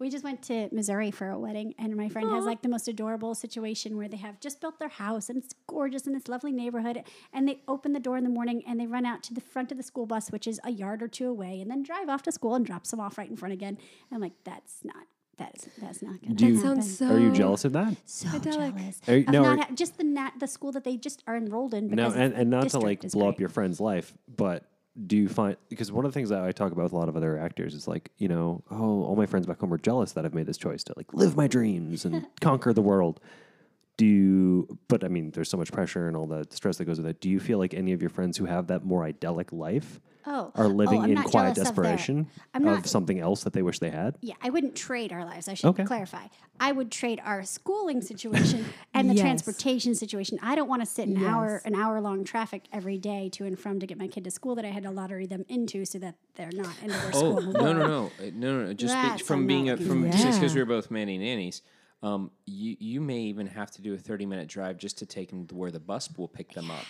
We just went to Missouri for a wedding, and my friend has like the most adorable situation where they have just built their house and it's gorgeous in this lovely neighborhood. And they open the door in the morning and they run out to the front of the school bus, which is a yard or two away, and then drive off to school and drops them off right in front again. And I'm like, that's not, that's, that's not going to Do happen. you- Sounds so. Are you jealous of that? so Idyllic. jealous Are you- of now not are- ha- just the nat- the school that they just are enrolled in. No, Because and, and not to like blow up your. your friend's life, but do you find because one of the things that I talk about with a lot of other actors is like, you know, oh, all my friends back home are jealous that I've made this choice to like live my dreams and conquer the world. Do you, but I mean, there's so much pressure and all the stress that goes with it. Do you feel like any of your friends who have that more idyllic life Oh, are oh, living I'm in not quiet jealous of their- desperation I'm of, not- something else that they wish they had? Yeah, I wouldn't trade our lives. I should Okay. clarify. I would trade our schooling situation and the Yes. transportation situation. I don't want to sit an hour Yes. an hour long traffic every day to and from to get my kid to school that I had to lottery them into so that they're not into their Oh school. no no no Uh, no no! Just be- That's from being a, unlucky. from just because Yeah. we were both manny nannies. Um, you you may even have to do a thirty minute drive just to take them to where the bus will pick them up,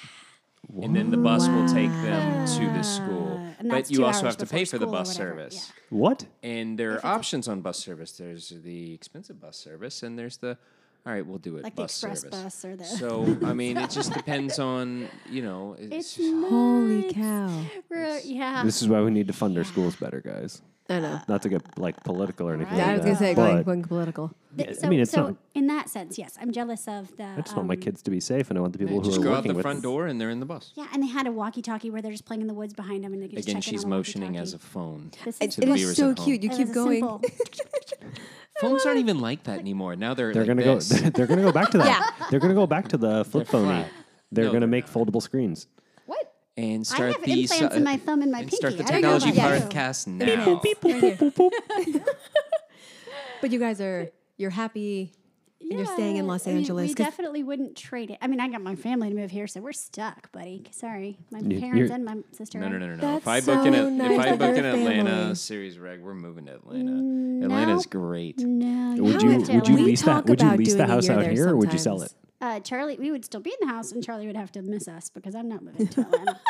and then the bus will take them to the school. Uh, and But that's you two also hours have to before pay for the school or bus whatever, service. What? And there are options on bus service. There's the expensive bus service, and there's the all right, we'll do it Like the bus express service. bus or the- so I mean, it just depends on you know. It's Holy nuts. cow. We're- Yeah. This is why we need to fund our schools better, guys. I know. Not to get like political or anything. Yeah, I like was going to say, that, but going, going political. Th- I so mean, it's so not- in that sense, yes, I'm jealous of the. um, I just want my kids to be safe, and I want the people who just are go out working the with front door, and they're in the bus. Yeah, and they had a walkie-talkie where they're just playing in the woods behind them, and they could just Again, check in she's on the motioning as a walkie-talkie. phone. This to is- the It is viewers so at home. cute. You it keep was a going. simple- Phones aren't even like that anymore. Now they're They're like gonna this. go. They're gonna go back to that. They're gonna go back to the flip They're phone. flat. They're No, gonna they're make foldable screens. What? I and start have the so- uh, implants in my thumb and my and pinky. start the I don't know technology about you. podcast now. But you guys are, you're happy and you're staying in Yeah, Los I mean, Angeles. We 'cause- definitely wouldn't trade it. I mean, I got my family to move here, so we're stuck, buddy. Sorry, my parents you're- and my sister. No, are- no, no, no, no. That's If I book in, so a, nice if I that book in they're Atlanta family. series reg, we're moving to Atlanta. Mm, Atlanta's great. No, Would how you if would you Dylan- We lease that? talk Would you about lease the doing a house year out there here, or would you sell it? sometimes. Uh, Charlie, we would still be in the house, and Charlie would have to miss us because I'm not moving to Atlanta.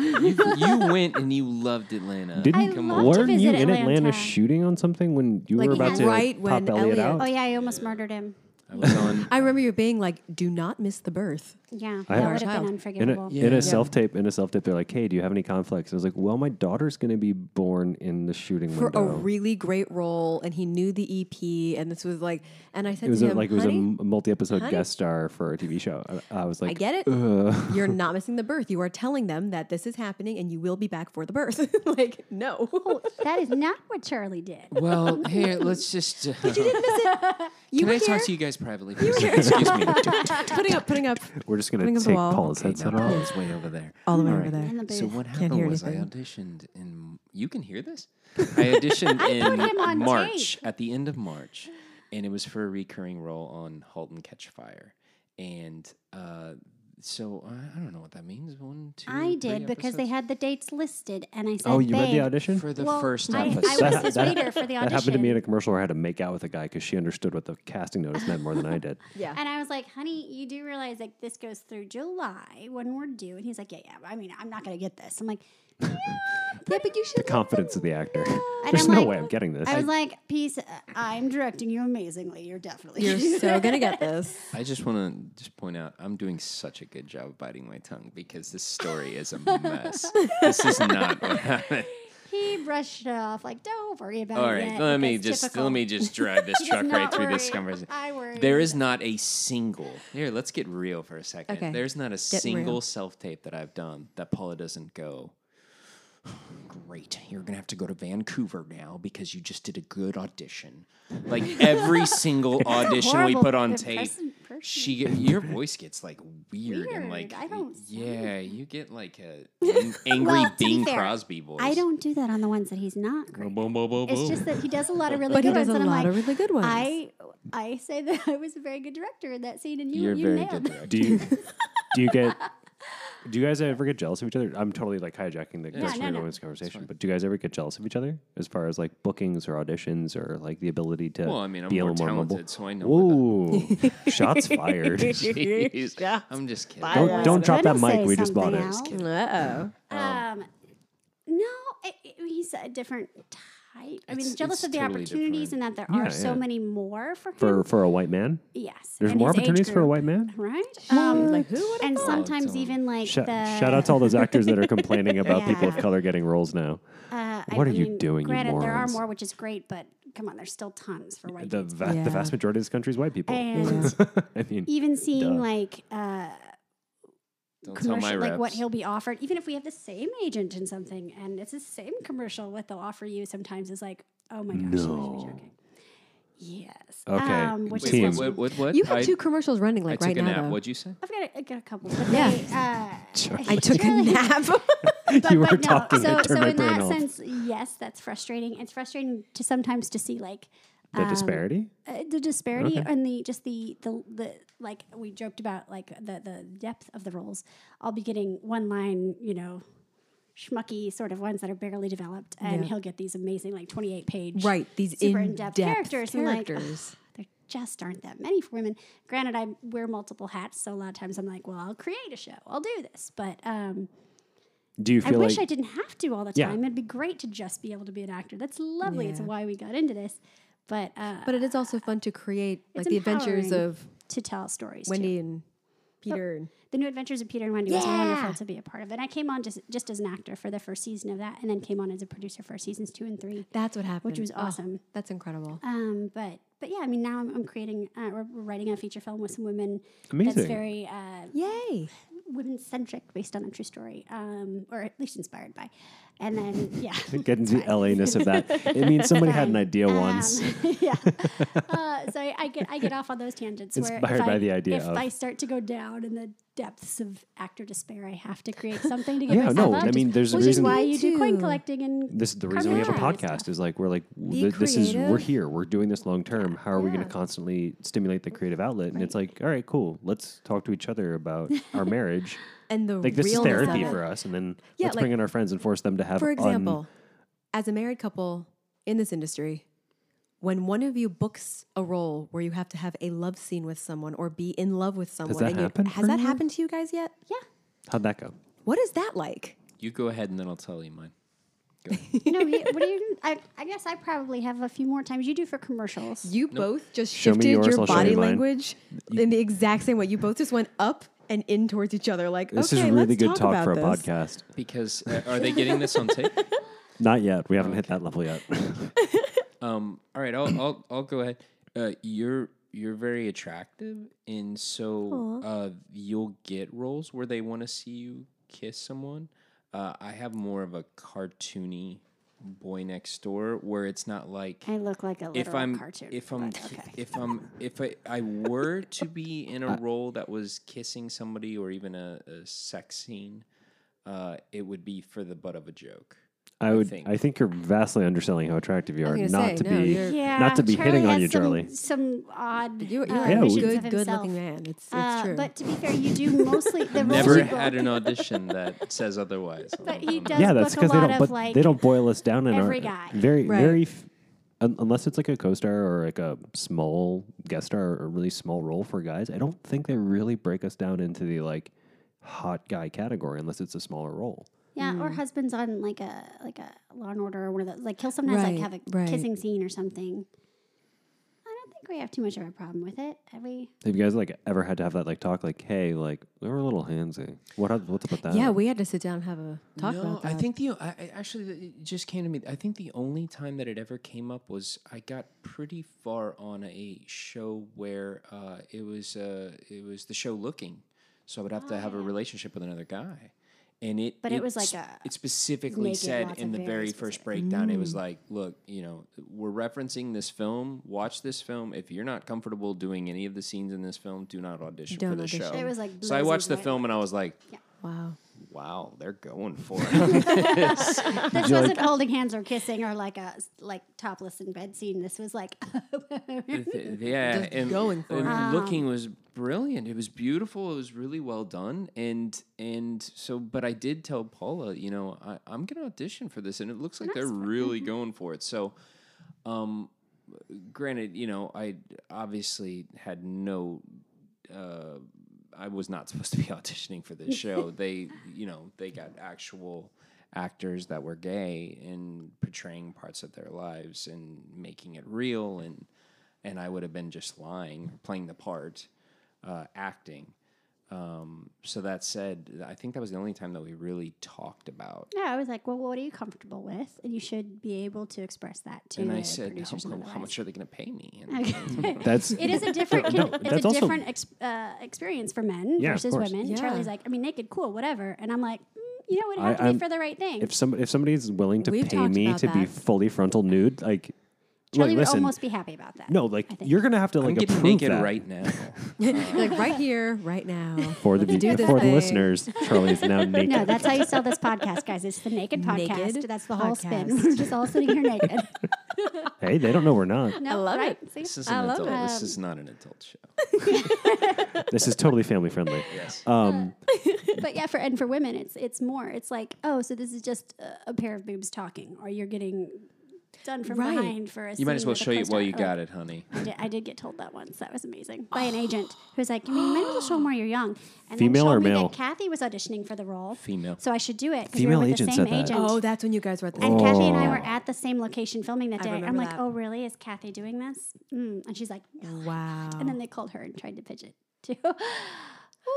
you went and you loved Atlanta. Didn't I Come love on. loved to weren't you visit in Atlanta Atlanta. shooting on something when you Like, were about yeah, to right pop when Elliot Elliot- out? oh yeah, I Oh, almost murdered him. I was on. I remember you being like, "Do not miss the birth." Yeah, I that have- would Child. have been In In unforgivable. a, in a Yeah. self tape, in a self tape, they're like, "Hey, do you have any conflicts?" And I was like, "Well, my daughter's going to be born in the shooting for window." a really great role, and he knew the EP, and this was like, and I said it was to a, him, like it was a "Honey, m- multi-episode honey. guest star for a TV show. I, I was like, I get it. "Ugh." You're not missing the birth. You are telling them that this is happening, and you will be back for the birth. like, no, that is not what Charlie did. Mm, Well, here, let's just. Uh, you can I were here talk to you guys privately? for a second? Excuse me. putting up, putting up We're just going Putting to up the take wall. Paula's headset now off." Paul's way over there. all the way over right. there. In the So booth. what Can't happened hear was I anything. auditioned in. You can hear this. I auditioned him on in March tape. at the end of March, and it was for a recurring role on *Halt and Catch Fire*. And uh, so I, I don't know what that means. One, two. I three did because they episodes? had the dates listed, and I said, Oh, you read the "Babe, audition? for the Well, first I- I episode. was his reader for the that happened to me audition. in a commercial where I had to make out with a guy because she understood what the casting notice meant more than I did. Yeah. And I was like, honey, you do realize like this goes through July when we're due. And he's like, yeah, yeah. I mean, I'm not going to get this. I'm like, yeah, but you The should. confidence of the actor. and There's I'm no like, way I'm getting this. I was like, peace. uh, I'm directing you amazingly. You're definitely. You're so gonna get this. I just want to just point out I'm doing such a good job of biting my tongue because this story is a mess. this is not what happened. he brushed it off like, don't worry about Oh, it. All right, yet. let me That's just typical." let me just drive this He does truck right not through this worry. conversation. I worry. There is not a single here. Let's get real for a second. Okay, There's not a real. single self tape that I've done that Paula doesn't go. Great, you're gonna have to go to Vancouver now because you just did a good audition. Like every single audition we horrible put on tape, person- person. she get, your voice gets like weird, and Weird. like I don't sound yeah, you get like a an- angry Well, to be Bing fair, Crosby voice. I don't do that on the ones that he's not great. Boom, boom, boom, It's boom. just that he does a lot of really But good he does ones, a and I'm lot like, of really good ones. I I say that I was a very good director in that scene, and you You're you very nailed good. it. director. do you do you get do you guys ever get jealous of each other? I'm totally like hijacking the Ghost no, Rider no. Women's conversation, but do you guys ever get jealous of each other as far as like bookings or auditions or like the ability to Well, I mean, I'm be a more little more talented, mobile? so I know. where the- Whoa! Shots fired. Jeez. I'm just kidding. don't don't drop that Venom mic. say We just bought something it. else? Uh oh. Um, no, it, it- he's a different type. I mean, It's- jealous it's of the totally opportunities, and that there are Yeah, so yeah. many more for him. For for a white man, yes, there's and more his age opportunities for a group, white man. right? Um, Like who would? and sometimes Tom. even like Shout, the shout out to all those actors that are complaining about people of Yeah. color getting roles now. Uh, What I are you mean, doing, you Granted, there are morons? Uh, more, which is great, but come on, there's still tons for white The, dudes. va- Yeah. the vast majority of this country is white people. And I mean, even seeing Duh. like uh, Don't tell my commercial, reps. like what he'll be offered, even if we have the same agent in something and it's the same commercial, what they'll offer you sometimes is like, oh my gosh, you must be No. joking. Yes. Um, Okay, which Wait, is team. What, what, what, what? You have I, two commercials running I like took right a now. nap. though. What'd you say? I've got a, I got a couple, but Yeah. they, uh, I took a Charlie- nap. But, You were but no, talking, so, I turned so my in that brain off. sense, yes, that's frustrating. It's frustrating to sometimes to see like the um, disparity. uh, the disparity Okay. and the just the the the like we joked about like the the depth of the roles. I'll be getting one line, you know, schmucky sort of ones that are barely developed, and Yeah. he'll get these amazing like twenty eight page right. These super in in-depth depth characters. I'm like, characters. there just aren't that many for women. Granted, I wear multiple hats, so a lot of times I'm like, well, I'll create a show, I'll do this, but um, Do you I feel wish like I didn't have to all the Yeah. time. It'd be great to just be able to be an actor. That's lovely. It's Yeah. why we got into this. But, uh, But it is also fun to create like It's the adventures empowering. of to tell stories, too. Wendy and Peter and The New Adventures of Peter and Wendy was wonderful to be a part of. And I came on just just as an actor for the first season of that, and then came on as a producer for seasons two and three. that's what happened. was Oh, awesome. that's incredible. Um, but but yeah, I mean now I'm, I'm creating uh, we're, we're writing a feature film with some women Amazing. that's very uh, Yay. women centric, based on a true story, um, or at least inspired by. And then yeah, getting the LA-ness of that? It means somebody had an idea once. Um, yeah. Uh, so I, I get I get off on those tangents. where Inspired if by I, the idea If of- I start to go down in the depths of actor despair, I have to create something to get Yeah, myself no, out. I mean, there's a which reason- is why you do coin Too. collecting and This is the reason we have a Yeah. podcast. Is like we're like Be th- this is we're creative. here. We're doing this long term. How are we going Yeah. to constantly stimulate the creative outlet? And it's like, all right, cool. Let's talk to each other about our marriage. And the Like this is realness therapy of it. for us, and then Yeah, let's like- bring in our friends and force them to have. For un- example, as a married couple in this industry, when one of you books a role where you have to have a love scene with someone or be in love with someone, that and you- happen has for that you? happened to you guys yet? yeah. how'd that go? What is that like? You go ahead and then I'll tell you mine. Go ahead. No, you- what do you? I, I guess I probably have a few more times you do for commercials. You both just Show me shifted yours, your I'll show you body mine. language in the exact same way. You both just went up and in towards each other. Like, This okay, is really let's good talk, about for a this. podcast. because uh, are they getting this on tape? Not yet. We haven't hit that level yet. Um, all right, I'll I'll I'll go ahead. Uh, you're you're very attractive, and so uh, you'll get roles where they want to see you kiss someone. Uh, I have more of a cartoony boy next door where it's not like I look like a literal if I'm cartoon. if I'm but okay. if I'm if I, I were to be in Uh, a role that was kissing somebody or even a, a sex scene, uh, it would be for the butt of a joke. I would. I think, think. you're vastly underselling how attractive you I are. was Not gonna to say, no, be. you're- yeah, not to be Charlie hitting on has you, some, Charlie. Some odd. You, you're uh, a we- visions good, of good looking man. himself. It's, it's Uh, true. But to be fair, you do mostly the roles Never you had book- an audition that says otherwise. But on- he on does yeah, that's book because a they lot don't. of But like they don't boil us down in every our guy. very Right. very. F- un- unless it's like a co-star or like a small guest star or a really small role for guys, I don't think they really break us down into the like hot guy category unless it's a smaller role. yeah, Mm. or husbands on like a like a Law and Order or one of those. Like he'll sometimes Right, like have a right. kissing scene or something. I don't think we have too much of a problem with it. Have we? Have you guys like ever had to have that like talk like, hey, like we were a little handsy. What what's up with that? yeah, we had to sit down and have a talk about that. I think the I, I- actually th- it just came to me. I think the only time that it ever came up was I got pretty far on a show where uh, it was uh, it was the show looking, so I would have to have a relationship with another guy, and it Ah. But it was like sp- a it specifically naked, said lots in of the very very specific. first breakdown it Mm. was like look you know we're referencing this film watch this film if you're not comfortable doing any of the scenes in this film do not audition Don't for the audition. show It was, like, so I blazing watched the white film and I was like wow. wow they're going for it. This wasn't holding hands or kissing or like a like topless in bed scene. This was like Th- yeah, Just and, going for Ah. and it. looking was brilliant. It was beautiful. It was really well done. And and so, but I did tell Paula, you know, I, I'm going to audition for this, and it looks like they're really Mm-hmm. going for it. So, um, granted, you know, I obviously had no. Uh, I was not supposed to be auditioning for this show. they, you know, they got actual actors that were gay and portraying parts of their lives and making it real and and I would have been just lying, playing the part, uh, acting. Um, so that said, I think that was the only time that we really talked about. yeah, I was like, well, what are you comfortable with? And you should be able to express that to And the I said, how, producers and how- the how much wives." are they going to pay me? And Okay. That's It is a different. No, it's that's a also- different ex, uh, experience for men Yeah, of versus course. women. Yeah. Charlie's like, I mean, naked, cool, whatever, and I'm like, mm, you know, it'd I- have to I'm- be for the right thing. if some if somebody's willing to We've pay talked me about to be that. fully frontal nude, like Charlie like, would listen, almost be happy about that. no, like I think. you're gonna have to I'm like getting approve naked that. right now. like right here, right now. for the do view- this for the thing. listeners. Charlie is now naked. No, that's how you sell this podcast, guys. It's the naked podcast. Naked That's the whole spin. podcast. We're just all sitting here naked. hey, they don't know we're not. No, love right? See? This is I an love adult. it. This Um, is not an adult show. This is totally family friendly. Yes. Um, but yeah, for and for women, it's it's more. It's like, oh, so this is just a, a pair of boobs talking, or you're getting done from Right. behind for a. you might as scene well with a show you co-star. while you Like, got it, honey. I did, I did get told that once. That was amazing by Oh. an agent who was like, "You might as well show 'em while you're young." And Female then showed or me male? That Kathy was auditioning for the role. Female. So I should do it. 'cause Female we were with agent the said same that. agent. Oh, that's when you guys were at the And Kathy and I Oh. were at the same location filming that I day. I'm remember like, that. "Oh, really? Is Kathy doing this?" Mm. And she's like, "No." Wow. And then they called her and tried to pitch it too.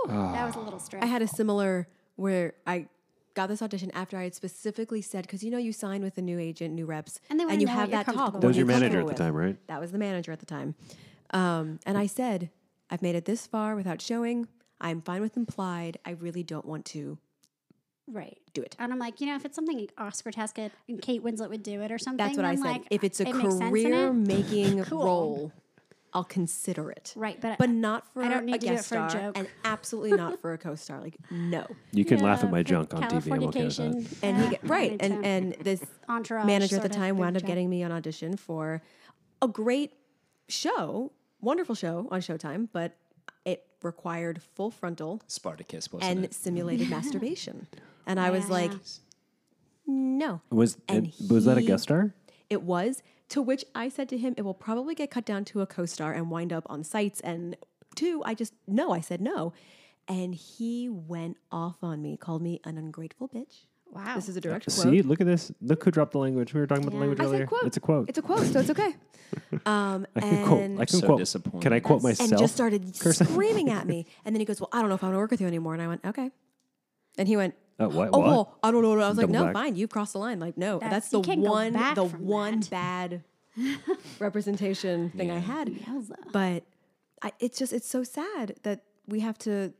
Whew, That was a little Ah. I stressful. had a similar where I got this audition after I had specifically said because you know you sign with a new agent, new reps, And they wanna you know have what you're that talk. comfortable that was what you're your manager at comfortable the with. time, right? That was the manager at the time, um, and I said, "I've made it this far without showing. I'm fine with implied. I really don't want to Right. do it." And I'm like, you know, if it's something like Oscar Tasket and Kate Winslet would do it or something, That's what then I said. Like, if it's a it makes sense in it. career-making Cool. role, I'll consider it. right? But, But not for I don't need a to do it guest for a star, joke. and absolutely not for a co-star. Like no, You can laugh uh, at my for junk on TV. I'm okay with that. Californication, and uh, he get, right, me and too. and Oh, this entourage manager at the sort of time big wound up joke. getting me an audition for a great show, wonderful show on Showtime, but it required full frontal Spartacus wasn't and it? simulated masturbation. And I was like, Yeah. no. Was And it- was that a he- guest star? It was, to which I said to him, it will probably get cut down to a co star and wind up on sites. And two, I just, no, I said no. And he went off on me, called me an ungrateful bitch. Wow. This is a direct quote. See, look at this. Look who dropped the language. We were talking about Yeah. the language I said earlier. quote. It's a quote. it's a quote, so it's okay. Um, I can quote. and I can so quote. disappointed. Can I quote and myself? just started Kirsten? screaming at me. And then he goes, "Well, I don't know if I want to work with you anymore." And I went, "Okay." And he went, Uh, what? "Oh, what? well, I don't know." I was like, Double "No, back. fine. You've crossed the line." Like, no, that's, That's- the you can't go one, back the from one that. bad representation thing I had. Yowza. But I, it's just it's so sad that we have to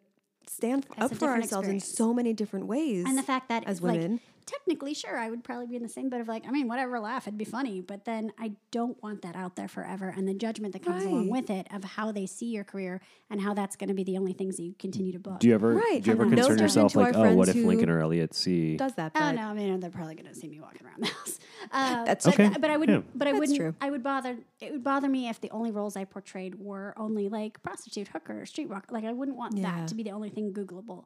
stand That's up a for different ourselves in experience. so many different ways. And the fact that as it's like, women. technically, sure, I would probably be in the same boat of like, I mean, whatever, laugh, it'd be funny. But then I don't want that out there forever, and the judgment that comes Right. along with it of how they see your career and how that's going to be the only things that you continue to book. Do you ever Right, do you and ever then concern those yourself turn into like, our oh, what if friends who Lincoln or Elliot see? does that? Oh but- no! I mean, they're probably going to see me walking around the house. Uh, That's but, okay. But I wouldn't. Yeah. But I That's wouldn't. true. I would bother. It would bother me if the only roles I portrayed were only like prostitute, hooker, streetwalker. Like I wouldn't want Yeah. that to be the only thing Googleable.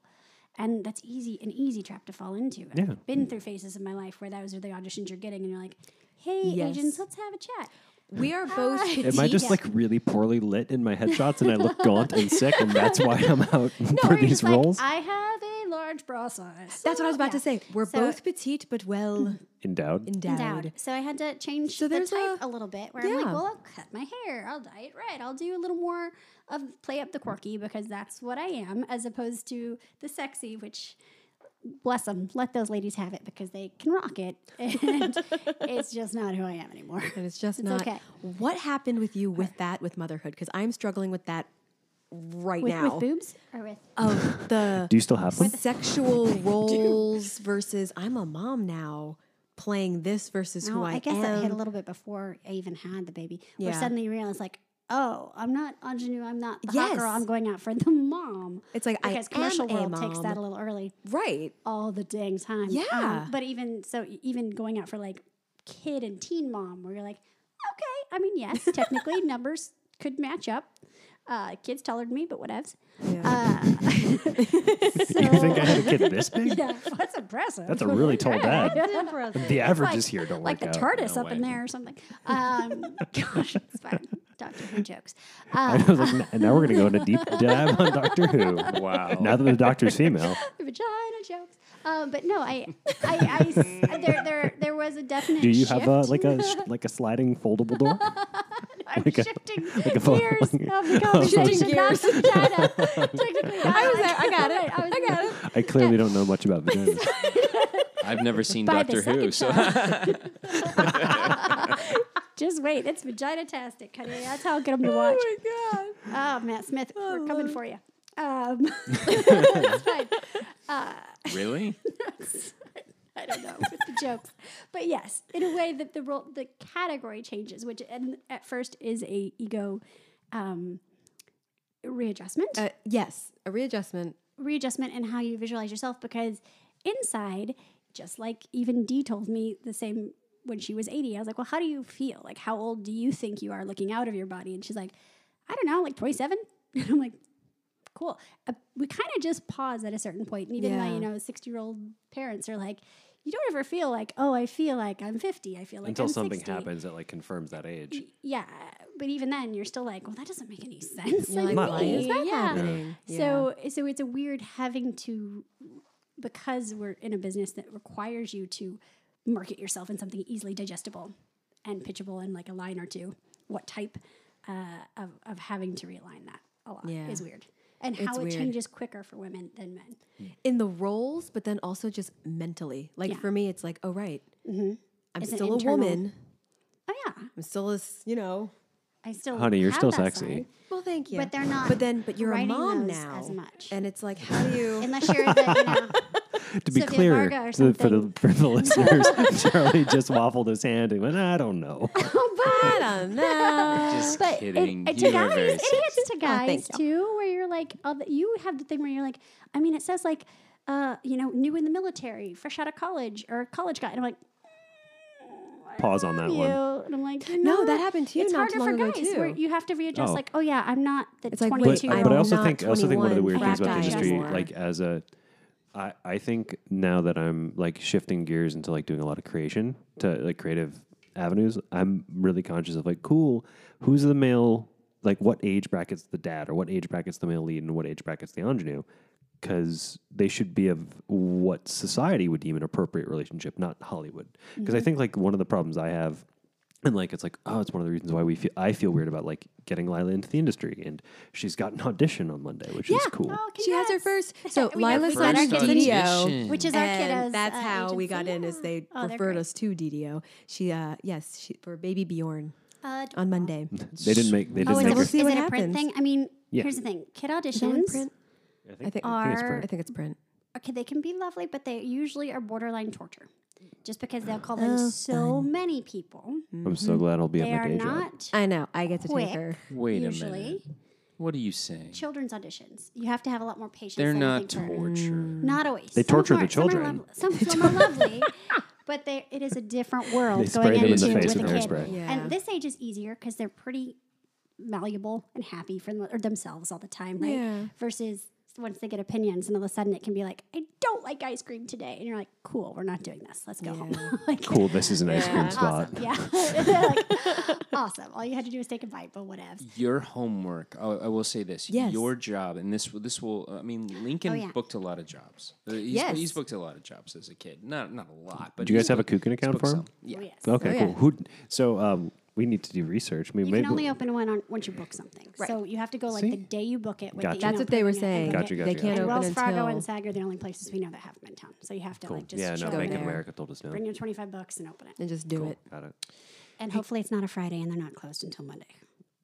And that's easy, an easy trap to fall into. Yeah. I've been through phases of my life where those are the auditions you're getting, and you're like, "Hey, Yes. agents, let's have a chat." We are both. Am I just petite. like really poorly lit in my headshots and I look gaunt and sick and that's why I'm out Or for you're these just like, roles? I have a large bra size. That's what I was about Yeah. to say. We're So- Mm-hmm. both petite but well Endowed. endowed. endowed. So I had to change So the there's type a- a, little bit where I'm yeah. like, well, I'll cut my hair, I'll dye it red, I'll do a little more of play up the quirky because that's what I am, as opposed to the sexy, which bless them, let those ladies have it because they can rock it, and it's just not who I am anymore. And it's just It's not. okay. What happened with you with that with motherhood? Because I'm struggling with that right With, now. with boobs or with of the Do you still have them? sexual roles versus I'm a mom now, playing this versus who No, I, guess am. that hit a little bit before I even had the baby. Where Yeah. suddenly you realize, like, oh, I'm not ingenue, I'm not the hot girl, Yes. I'm going out for the mom. It's like I because am commercial a world takes mom. that a little early. right. all the dang time. Um, Yeah. but even so, e, even going out for like kid and teen mom, where you're like, okay, I mean, yes, technically numbers could match up. Uh, kids taller than me, but whatevs. Uh, so, You think I had a kid this big? yeah, that's impressive. That's a really tall dad. That's impressive. The average like- is here. Don't Like the work out. TARDIS no up in way. there or something. Um, gosh, it's fine. Doctor Who jokes. I Uh, was like, "N- now we're going to go into deep dive on Doctor Who. Wow. Now that the doctor's female, vagina jokes. Um, but no, I, I, I- there, there, there was a definite. do you have a shift. like a sh- like a sliding foldable door? I'm Like a- shifting like a phone- gears like- of the conversation. Shifting Not the vagina. Technically, not. I was there. I got it. I was I got it. I clearly don't know much about vaginas. I've never seen By Doctor the Who, second so Just wait. It's vagina tastic, honey. That's how I'll get them to watch. Oh my Oh, Matt Smith, I we're love coming it. for you. Um, it's fine. really, I don't know with the jokes, but yes, in a way that the role, the category changes, which and at first is a ego um, readjustment. god. Uh, yes, a readjustment. readjustment in how you visualize yourself because inside, just like even Dee told me the same when she was 80, I was like, Well, how do you feel? Like, how old do you think you are looking out of your body? And she's like, I don't know, like 27? And I'm like, Cool. Uh, we kind of just pause at a certain point. And even my, Yeah. you know, 60 year old parents are like, You don't ever feel like, Oh, I feel like I'm 50. I feel like Until I'm something 60." happens that like confirms that age. Y- Yeah. But even then, you're still like, Well, that doesn't make any sense. You're like, Not why is really. that Yeah. happening? So so it's a weird having to because we're in a business that requires you to market yourself in something easily digestible and pitchable in like a line or two. What type uh, of of having to realign that a lot Yeah. is weird. And how It's it weird. changes quicker for women than men. in the roles, but then also just mentally. Like Yeah. for me, it's like, oh right, I'm It's an still a internal- woman. Oh yeah, I'm still this, you know. I still Honey, you're have still that sexy. side, Well, thank you. but they're not. But then, but you're a writing mom those now, as much. and it's like, how do you? unless you're the you know, to be Sofia clear Varga or to the- for the for the listeners, Charlie just waffled his hand and went, "I don't know." I don't know. just But it, kidding. it, You to are guys, very it hits to Oh, thank guys you. too, where you're like, all the, you have the thing where you're like, I mean, it says like, uh, you know, new in the military, fresh out of college, or college guy, and I'm like, mm, Pause on that you, one. and I'm like, you No, know, that happened to you It's not harder too long for ago guys where too. you have to readjust, Oh. like, oh yeah, I'm not the It's like, wait, 22 I'm year but, but I old. also not think I also think one of the 21 weird things about the frat guy industry, anymore. like as a, I I think now that I'm like shifting gears into like doing a lot of creation to like creative avenues, I'm really conscious of like, cool, who's the male? Like what age brackets the dad, or what age brackets the male lead, and what age brackets the ingenue? because they should be of what society would deem an appropriate relationship, not Hollywood. Because Mm-hmm. I think like one of the problems I have, and like it's like oh, it's one of the reasons why we feel I feel weird about like getting Lila into the industry, and she's got an audition on Monday, which is cool. Oh, She has her congrats. first. So We got- we Lila's got on our First DDO. audition. Which is our And kiddo's. that's uh, how we agency. got in, is Yeah. they Oh, they're referred great. us to DDO. She, uh, yes, she, for baby Bjorn Uh, d- on Monday. They didn't make. They oh, didn't is, we'll it, make. we'll a- us- see is what it a happens. print thing? I mean, Yeah. here's the thing: kid Is that in auditions. print? I think, think- I think it's are- print. I think it's print. okay, they can be lovely, but they usually are borderline torture, just because they'll call in Oh, so many people. I'm so glad I'll be at They my are day job. not I know. I get to quick. take her. Wait a usually minute. What are you saying? children's auditions. You have to have a lot more patience. They're than I not think for- torture. Not always. They Some torture the aren't. Some are children. lovely- Some, some are lovely, but they, it is a different world They going spray them in into the face with with a kid. hairspray. Yeah. And this age is easier because they're pretty malleable and happy for them, or themselves all the time, right? Yeah. Versus once they get opinions, and all of a sudden it can be like, "I don't like ice cream today," and you're like, "Cool, we're not doing this. Let's go home." like, Cool. This is an ice cream Yeah. spot. Awesome. Yeah. They're like, awesome. All you had to do was take a bite, but whatevs. Your homework. I, I will say this. Yes. Your job, and this will- this will. I mean, Lincoln yeah. booked a lot of jobs. Uh, he's, Yes. he's booked a lot of jobs as a kid. Not not a lot, but Do you he's guys have a booked- Kukin he's account booked for some. him? Yeah. Oh, Yes. Okay, yeah. cool. Who? So um, we need to do research. I mean, You maybe can only open one on once you book something. So you have to go like See? the day you book it. With Gotcha. the That's email what they were putting it and saying. book Gotcha, it. gotcha, They can't gotcha. And open Wells Fargo until and SAG are the only places we know that haven't been town. So you have to like just yeah, no, show Bank of them. America told us no. Bring your twenty five books and open it. and just do it. Got it. And hopefully it's not a Friday and they're not closed until Monday.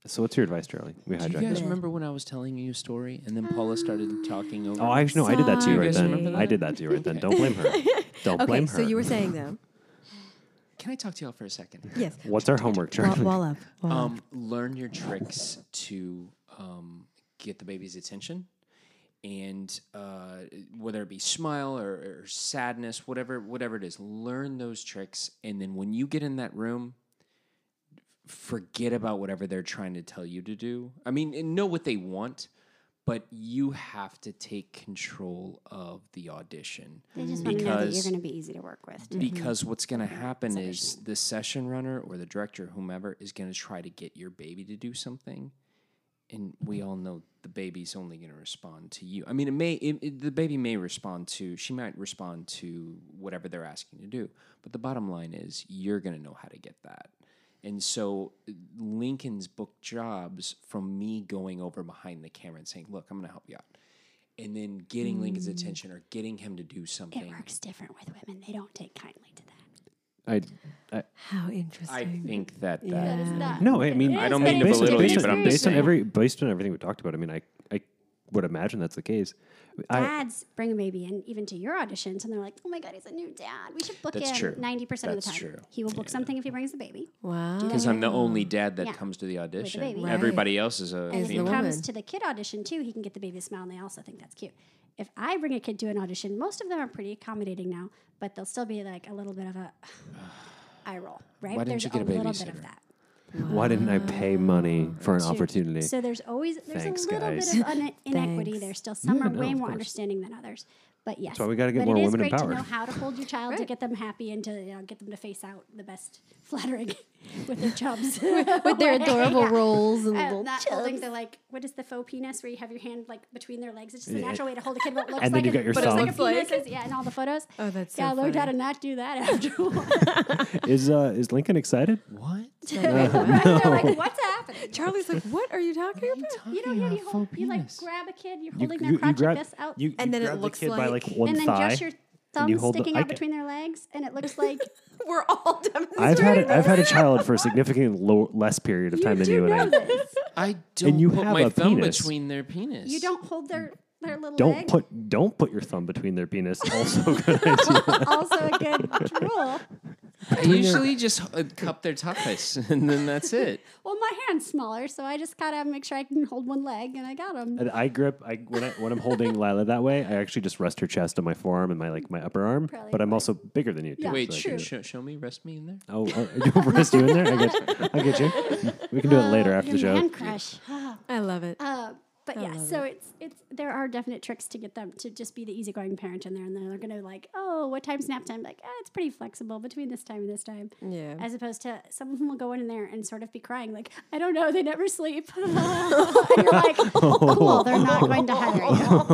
So, what's your advice, Charlie? We Do you hijacked guys it. remember when I was telling you a story and then Paula started talking over? Oh, I it? no, I did that to you right Sorry. Um, You guys remember then. I that? did that to you right then. Don't blame her. Don't Okay, blame her. so you were saying though, Can I talk to y'all for a second? yes, What's our homework, wall, Charlie? wall up. Wall up. Um, learn your tricks to um, get the baby's attention, and uh, whether it be smile or, or sadness, whatever whatever it is, learn those tricks, and then when you get in that room, forget about whatever they're trying to tell you to do. I mean, and know what they want, but you have to take control of the audition They just want to know that you're Because- going to be easy to work with. too. because what's going to happen is the session runner or the director whomever is going to try to get your baby to do something and we all know the baby's only going to respond to you i mean it may it, it- the baby may respond to she might respond to whatever they're asking to do but the bottom line is you're going to know how to get that and so lincoln's booked jobs from me going over behind the camera and saying look i'm going to help you out and then getting lincoln's attention or getting him to do It something works different with women. They don't take kindly to that. I, I, How I interesting. think that that Yeah. It's not. no, I mean, I don't mean to based on- belittle you, based but on- I'm just based on saying. every based on everything we talked about. I mean, I, I would imagine that's the case. I, Dads bring a baby in even to your auditions, and they're like, "Oh my god, he's a new dad. We should book That's him true. ninety percent of the time. That's true. He will book something if he brings the baby. wow. because I'm the only dad that Mm-hmm. Yeah. comes to the audition. baby. Right. Everybody else is a And if he the female. comes woman. to the kid audition too, he can get the baby to smile, and they also think that's cute. If I bring a kid to an audition, most of them are pretty accommodating now, but they'll still be like a little bit of a eye roll, right? Why didn't there's you get a little bit of babysitter? that. why didn't I pay money for an opportunity? Ah. So there's always there's Thanks, a little guys. bit of un- inequity Thanks. there. Still, some are no, way of more course. understanding than others. But yes, that's why we gotta get but more it is women great to empowered. know how to hold your child to get them happy and to you know, get them to face out the best flattering with their chubs, with their adorable Yeah. rolls and Uh, little not chubs. holding the like what is the faux penis where you have your hand like between their legs. It's just a natural way to hold a kid. What looks then like you a- got your but it's like a thong. penis. is- Yeah, in all the photos. Oh, that's yeah. so I learned how to funny. not do that after a while. is uh, is Lincoln excited? What? Right? They're like, what's happening? Charlie's like, what are you talking about? You know, yeah, you, hold, you like grab a kid, you're holding you- their you crotch grab- like this out. you- And you then it grab the looks kid by like- like one and then thigh. just your thumb you hold the- sticking I out ca- between their legs, and it looks like We're all demonstrating. I've had a, I've had a child for a significant low, less period of time than you and I. this. I don't you put have my a thumb penis. between their penis. you don't hold their their little Don't leg. put don't put your thumb between their penis. Also, also a good rule. I usually just uh, cup their tuppence, and then that's it. Well, my hand's smaller, so I just gotta make sure I can hold one leg, and I got him. And I grip I when I when I'm holding Lila that way, I actually just rest her chest on my forearm and my like my upper arm. Probably but I'm also bigger than you. Too, Yeah, Wait, so I show, can- show, show me, rest me in there. Oh, oh, you rest you in there? I get, I get you. We can do it later after the Your show. man crush. I love it. Uh, But yeah, so it's it's there are definite tricks to get them to just be the easygoing parent in there, and then they're gonna like, oh, what time's nap time? Like, ah, it's pretty flexible between this time and this time. Yeah. As opposed to some of them will go in there and sort of be crying, like, I don't know, they never sleep. and you're like, cool, they're not going to hire you.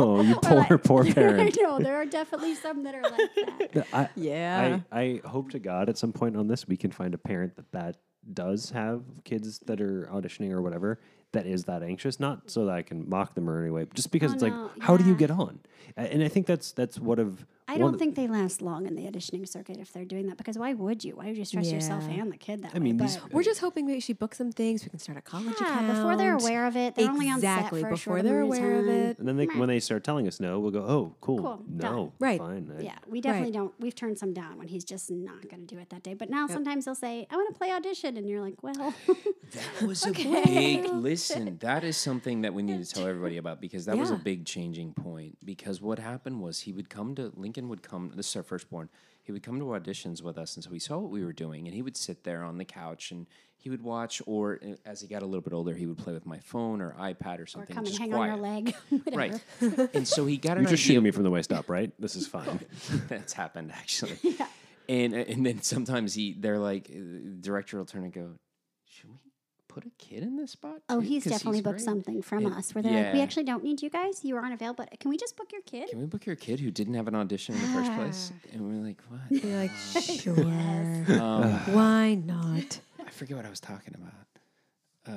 Oh, you Or poor, like- poor I parent. know there are definitely some that are like that. I, yeah. I, I hope to God at some point on this we can find a parent that that does have kids that are auditioning or whatever that is that anxious. Not so that I can mock them or anyway, but just because Oh, it's no, like, how do you yeah. get on? A- And I think that's that's what of I one don't of- think they last long in the auditioning circuit if they're doing that because why would you? Why would you stress yourself Yeah. and the kid that I mean, way? these- But- We're just hoping we actually book some things. We can start a college yeah, before they're account. aware of it, they're only on set for Exactly, a short before they're amount aware of time. it. And then they, when they start telling us no, we'll go, oh, cool, Cool, done. no, Right. fine, I- Yeah, we definitely Right. don't. We've turned some down when he's just not going to do it that day. But now sometimes he'll say, "I want to play audition," and you're like, "Well, That was a big listen. That is something that we need to tell everybody about because that was a Yeah. big changing point. Because what happened was he would come to Lincoln would come. This is our firstborn. He would come to auditions with us, and so he saw what we were doing, and he would sit there on the couch and he would watch. Or uh, as he got a little bit older, he would play with my phone or iPad or or something. come and just hang quiet. on your leg." Whatever. Right. and so he got an You're just idea shooting me from the waist up, right? This is fine. that's happened actually. And and then sometimes he they're like uh, director will turn and go, should we put a kid in this spot? Oh, too? he's 'Cause definitely booked great." something from And- us where they're like, "We yeah. actually don't need you guys. You were unavailable, but can we just book your kid?" Can we book your kid who didn't have an audition in the first place? Ah. And we're like, what? You're like, sure. Um, Why not? I forget what I was talking about. Uh,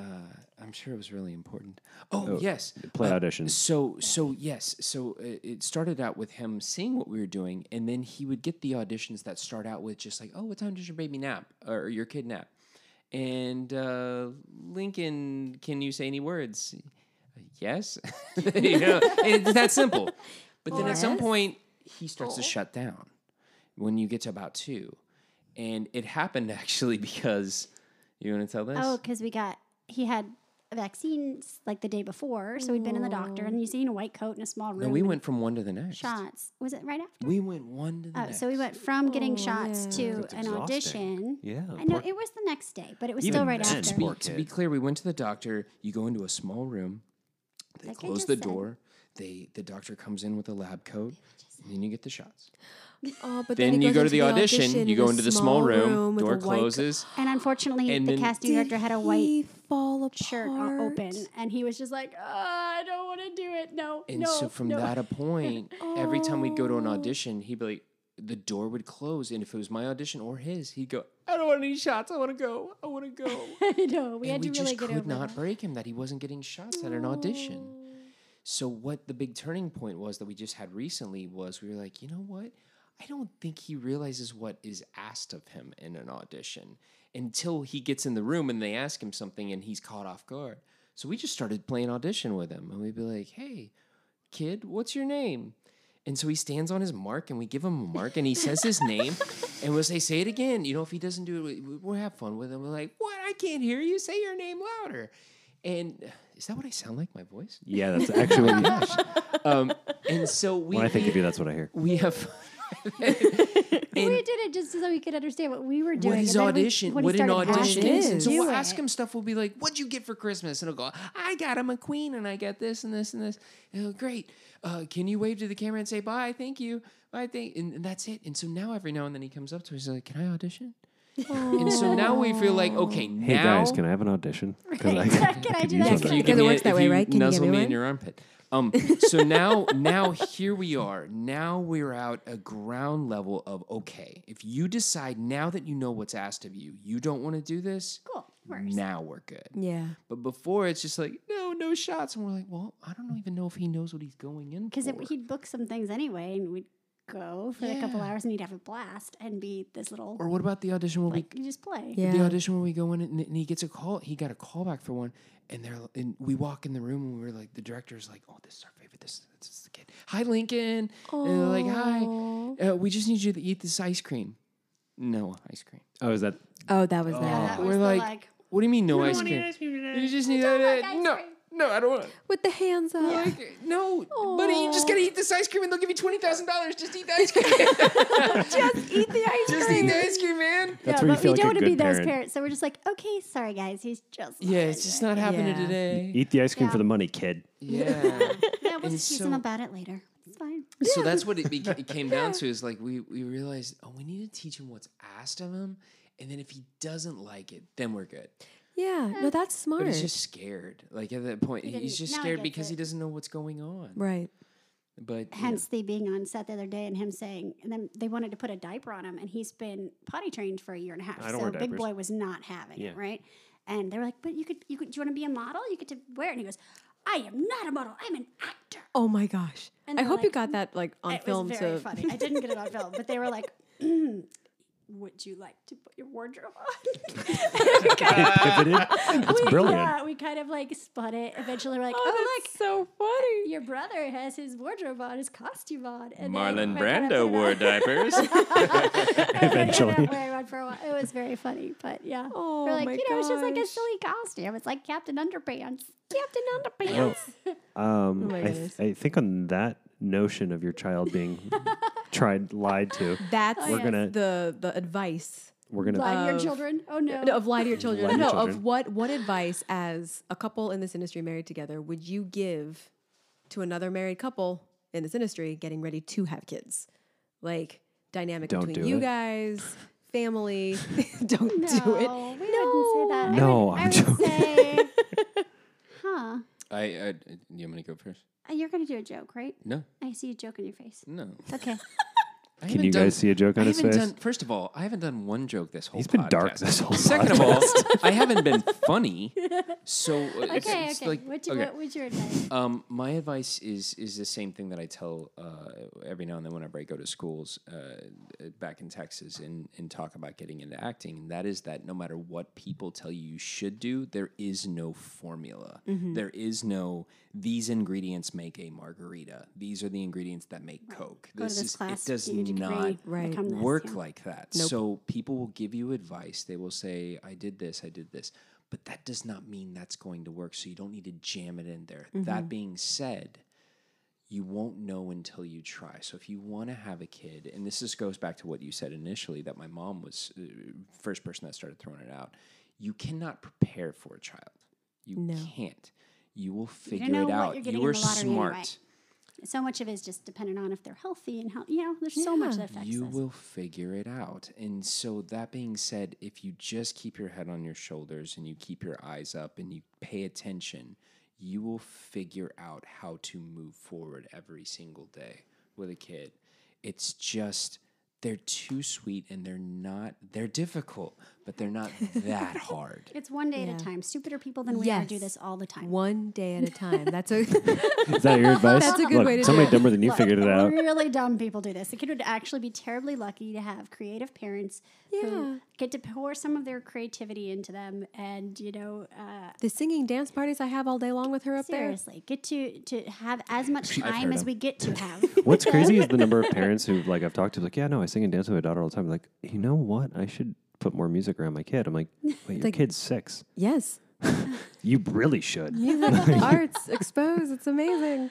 I'm sure it was really important. Oh, yes, Play uh, audition. So so yes, so uh, it started out with him seeing what we were doing, and then he would get the auditions that start out with just like, "Oh, what time does your baby nap or your kid nap?" And uh, Lincoln, can you say any words? Uh, Yes, you know, it's that simple. But then at some point, he starts to shut down when you get to about two, and it happened actually because you want to tell this? Oh, because we got he had a vaccine s- like the day before, so we'd been in the doctor, and you see in a white coat in a small room. Oh. no, we and went from one to the next. shots. Was it right after? We went one to the Oh, next. Oh, so we went from getting shots to That's an exhausting. audition. Yeah, I know poor- it was the next day, but it was Even still right then, to after. be, Poor to be kid. clear, we went to the doctor. You go into a small room. They Like I close just the said. door. They the doctor comes in with a lab coat, and then you get the shots. Oh, but Then he you goes go to into the audition. you in go a into the small room. with door a white- closes. And unfortunately, And the then- casting director had a white He fall apart. shirt o- open, and he was just like, "Uh, "I don't want to do it. No, And no." so from no." that a point, every time we'd go to an audition, he'd be like, the door would close, and if it was my audition or his, he'd go, "I don't want any shots. I want to go. I want to go." I know we and had to really we just get could over not that. break him that he wasn't getting shots at an audition. So what the big turning point was that we just had recently was we were like, you know what? I don't think he realizes what is asked of him in an audition until he gets in the room and they ask him something and he's caught off guard. So we just started playing audition with him and we'd be like, "Hey, kid, what's your name?" And so he stands on his mark, and we give him a mark, and he says his name, and we'll say, "Say it again." You know, if he doesn't do it, we- we- we'll have fun with him. We're like, "What? I can't hear you. Say your name louder." And is that what I sound like? My voice? yeah, that's actually. Um, and so we When I think of you, that's what I hear. we have we did it just so he could understand what we were doing. what his and then we- audition, when he what an started audition asking is. to And so do we'll ask it. him stuff. We'll be like, "What'd you get for Christmas?" And he'll go, "I got him a queen, and I got this and this and this." And he'll, great. Uh, can you wave to the camera and say bye? Thank you. Bye. Thank. And, and that's it. And so now every now and then he comes up to us. He's like, "Can I audition?" And so now we feel like, okay, Hey now guys, can I have an audition? 'Cause I Can I do use that? something. Can I you do Because give it me a- works that if way, you right? Can you nuzzle give me me one? in your armpit. Um, so now, now here we are. Now we're out a ground level of okay. If you decide now that you know what's asked of you, you don't want to do this. Cool, works. Now we're good. Yeah. But before it's just like no, no shots, and we're like, well, I don't even know if he knows what he's going in because for. he'd book some things anyway, and we'd go for a couple hours, and he'd have a blast and be this little or what about the audition where we like you just play. Yeah. the audition where we go in and, and he gets a call. He got a call back for one, and they're and we walk in the room and we're like, the director's like, "Oh, this is our favorite. This, this is the kid. Hi, Lincoln." And they're like, "Hi, uh, we just need you to eat this ice cream." No ice cream. oh, is that? Oh, that was Yeah, that. that We're was the, like, like "What do you mean no ice cream? You just need don't that? like ice no, cream." no, I don't want. With the hands up. Like, no, buddy, you just gotta eat eat this ice cream and they'll give you twenty thousand dollars. Just eat the ice cream. Just eat the ice Just eat cream. the ice cream, man. Yeah, That's but where you we feel like don't a want to good be those parent. parents. So we're just like, okay, sorry guys, he's just Yeah, it's just not happening Yeah. today. Eat the ice cream Yeah. for the money, kid. Yeah. Yeah, we'll And just tease him so- about it later. It's fine. So that's what it, beca- it came down to is like we we realized oh we need to teach him what's asked of him, and then if he doesn't like it, then we're good. Yeah, no, that's smart. But he's just scared. Like at that point, He he's didn't- just now he scared gets because he it. doesn't know what's going on. right. But you know, Hence the being on set the other day and him saying, and then they wanted to put a diaper on him, and he's been potty trained for a year and a half. I don't so wear Big diapers. Boy was not having Yeah. it, right? And they were like, but you could, you could, do you want to be a model? You get to wear it. And he goes, I am not a model. I'm an actor. Oh my gosh. And I they're hope you like, "Mm, got that like on it film was very so funny. I didn't get it on film, but they were like, "Mm, would you like to put your wardrobe on? if it is, it's we, brilliant. Yeah, we kind of like spun it. Eventually, we're like, Oh, oh, look, that's so funny. your brother has his wardrobe on, his costume on. And Marlon then we're kind of putting Brando wore on- diapers. Eventually. And then wearing one for a while. It was very funny, but yeah. Oh, we're like, my you know, it's just like a gosh. silly costume. It's like Captain Underpants. Captain Oh. Underpants. Oh Um, my I, goodness. th- I think on that notion of your child being tried lied to, That's We're Oh, yes. gonna- the the advice we're gonna Lie to your Of- children. Oh no. no, of lie to your children. Lie to no, children. of what what advice as a couple in this industry married together would you give to another married couple in this industry getting ready to have kids? Like dynamic Don't between do you it. guys, family. Don't no, do it. We wouldn't say that. I No, would- I I'm would joking. say, huh? I, I you want me to go first? Uh, You're gonna do a joke, right? No, I see a joke on your face. no. Okay. I Can haven't you done- guys see a joke I on his haven't face? done. First of all, I haven't done one joke this whole. He's been dark podcast. this whole Second of all, I haven't been funny. So uh, it's, Okay. it's okay. like what, do, okay. what was your advice? Um, my advice is is the same thing that I tell uh, every now and then whenever I go to schools uh, back in Texas and, and talk about getting into acting, and that is that no matter what people tell you you should do, there is no formula. Mm-hmm. There is no these ingredients make a margarita. These are the ingredients that make Coke. Go to this is class. it does get your degree, not Right. become this, work yeah. like that. So people will give you advice. They will say, I did this, I did this. But that does not mean that's going to work. So you don't need to jam it in there. Mm-hmm. That being said, you won't know until you try. So if you want to have a kid, and this just goes back to what you said initially that my mom was uh, first person that started throwing it out, you cannot prepare for a child. You can't. You will don't figure know it what out. you're getting you in are the lottery anyway. smart. So much of it is just dependent on if they're healthy and how you know. There's so much Yeah. that affects you us. will figure it out and so that being said if you just keep your head on your shoulders and you keep your eyes up and you pay attention you will figure out how to move forward every single day with a kid it's just they're too sweet and they're not they're difficult but they're not that hard It's one day Yeah. at a time. Stupider people than we are do Yes. this all the time. One day at a time. That's a Is that your advice? That's a good Look, way to somebody do it. dumber than you figured it out. Really dumb people do this. The kid would actually be terribly lucky to have creative parents Yeah. who get to pour some of their creativity into them, and you know, uh, the singing dance parties I have all day long with her up there. seriously, get to to have as much time heard as him. we get to have. What's crazy is the number of parents who like I've talked to like, yeah, no, I sing and dance with my daughter all the time. Like, you know what? I should put more music around my kid. I'm like, wait, your Like- kid's six. Yes. You really should. Music, arts, exposed. It's amazing.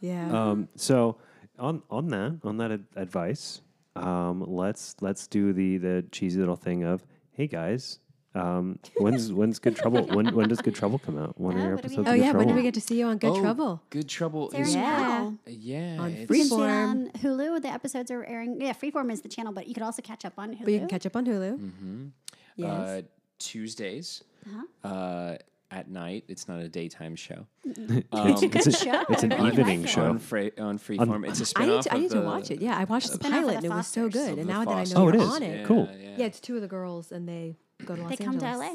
Yeah. Um, so on on that on that ad- advice, um, let's let's do the the cheesy little thing of hey guys, um, when's when's Good Trouble? When when does Good Trouble come out? When Oh, are your what do we episodes? of oh Good yeah. When do Trouble? we get to see you on Good Oh, Trouble? good trouble They're is now. yeah On it's- You can see it Freeform. on Hulu. The episodes are airing. Yeah, Freeform is the channel, but you could also catch up on Hulu. But you can catch up on Hulu. Yes. uh, tuesdays Uh-huh. uh, at night it's not a daytime show Um, It's, it's, a, show. it's an I like evening it. show. on, Fra- on freeform it's a I spin need off to, I need to the, watch it. Yeah, I watched the spin-off of pilot the and it was so Fosters. good. of And the now that I know Fosters. you're Oh, it on is. it, Yeah, yeah. Cool. yeah. it's two of the girls and they go to Los they come Angeles to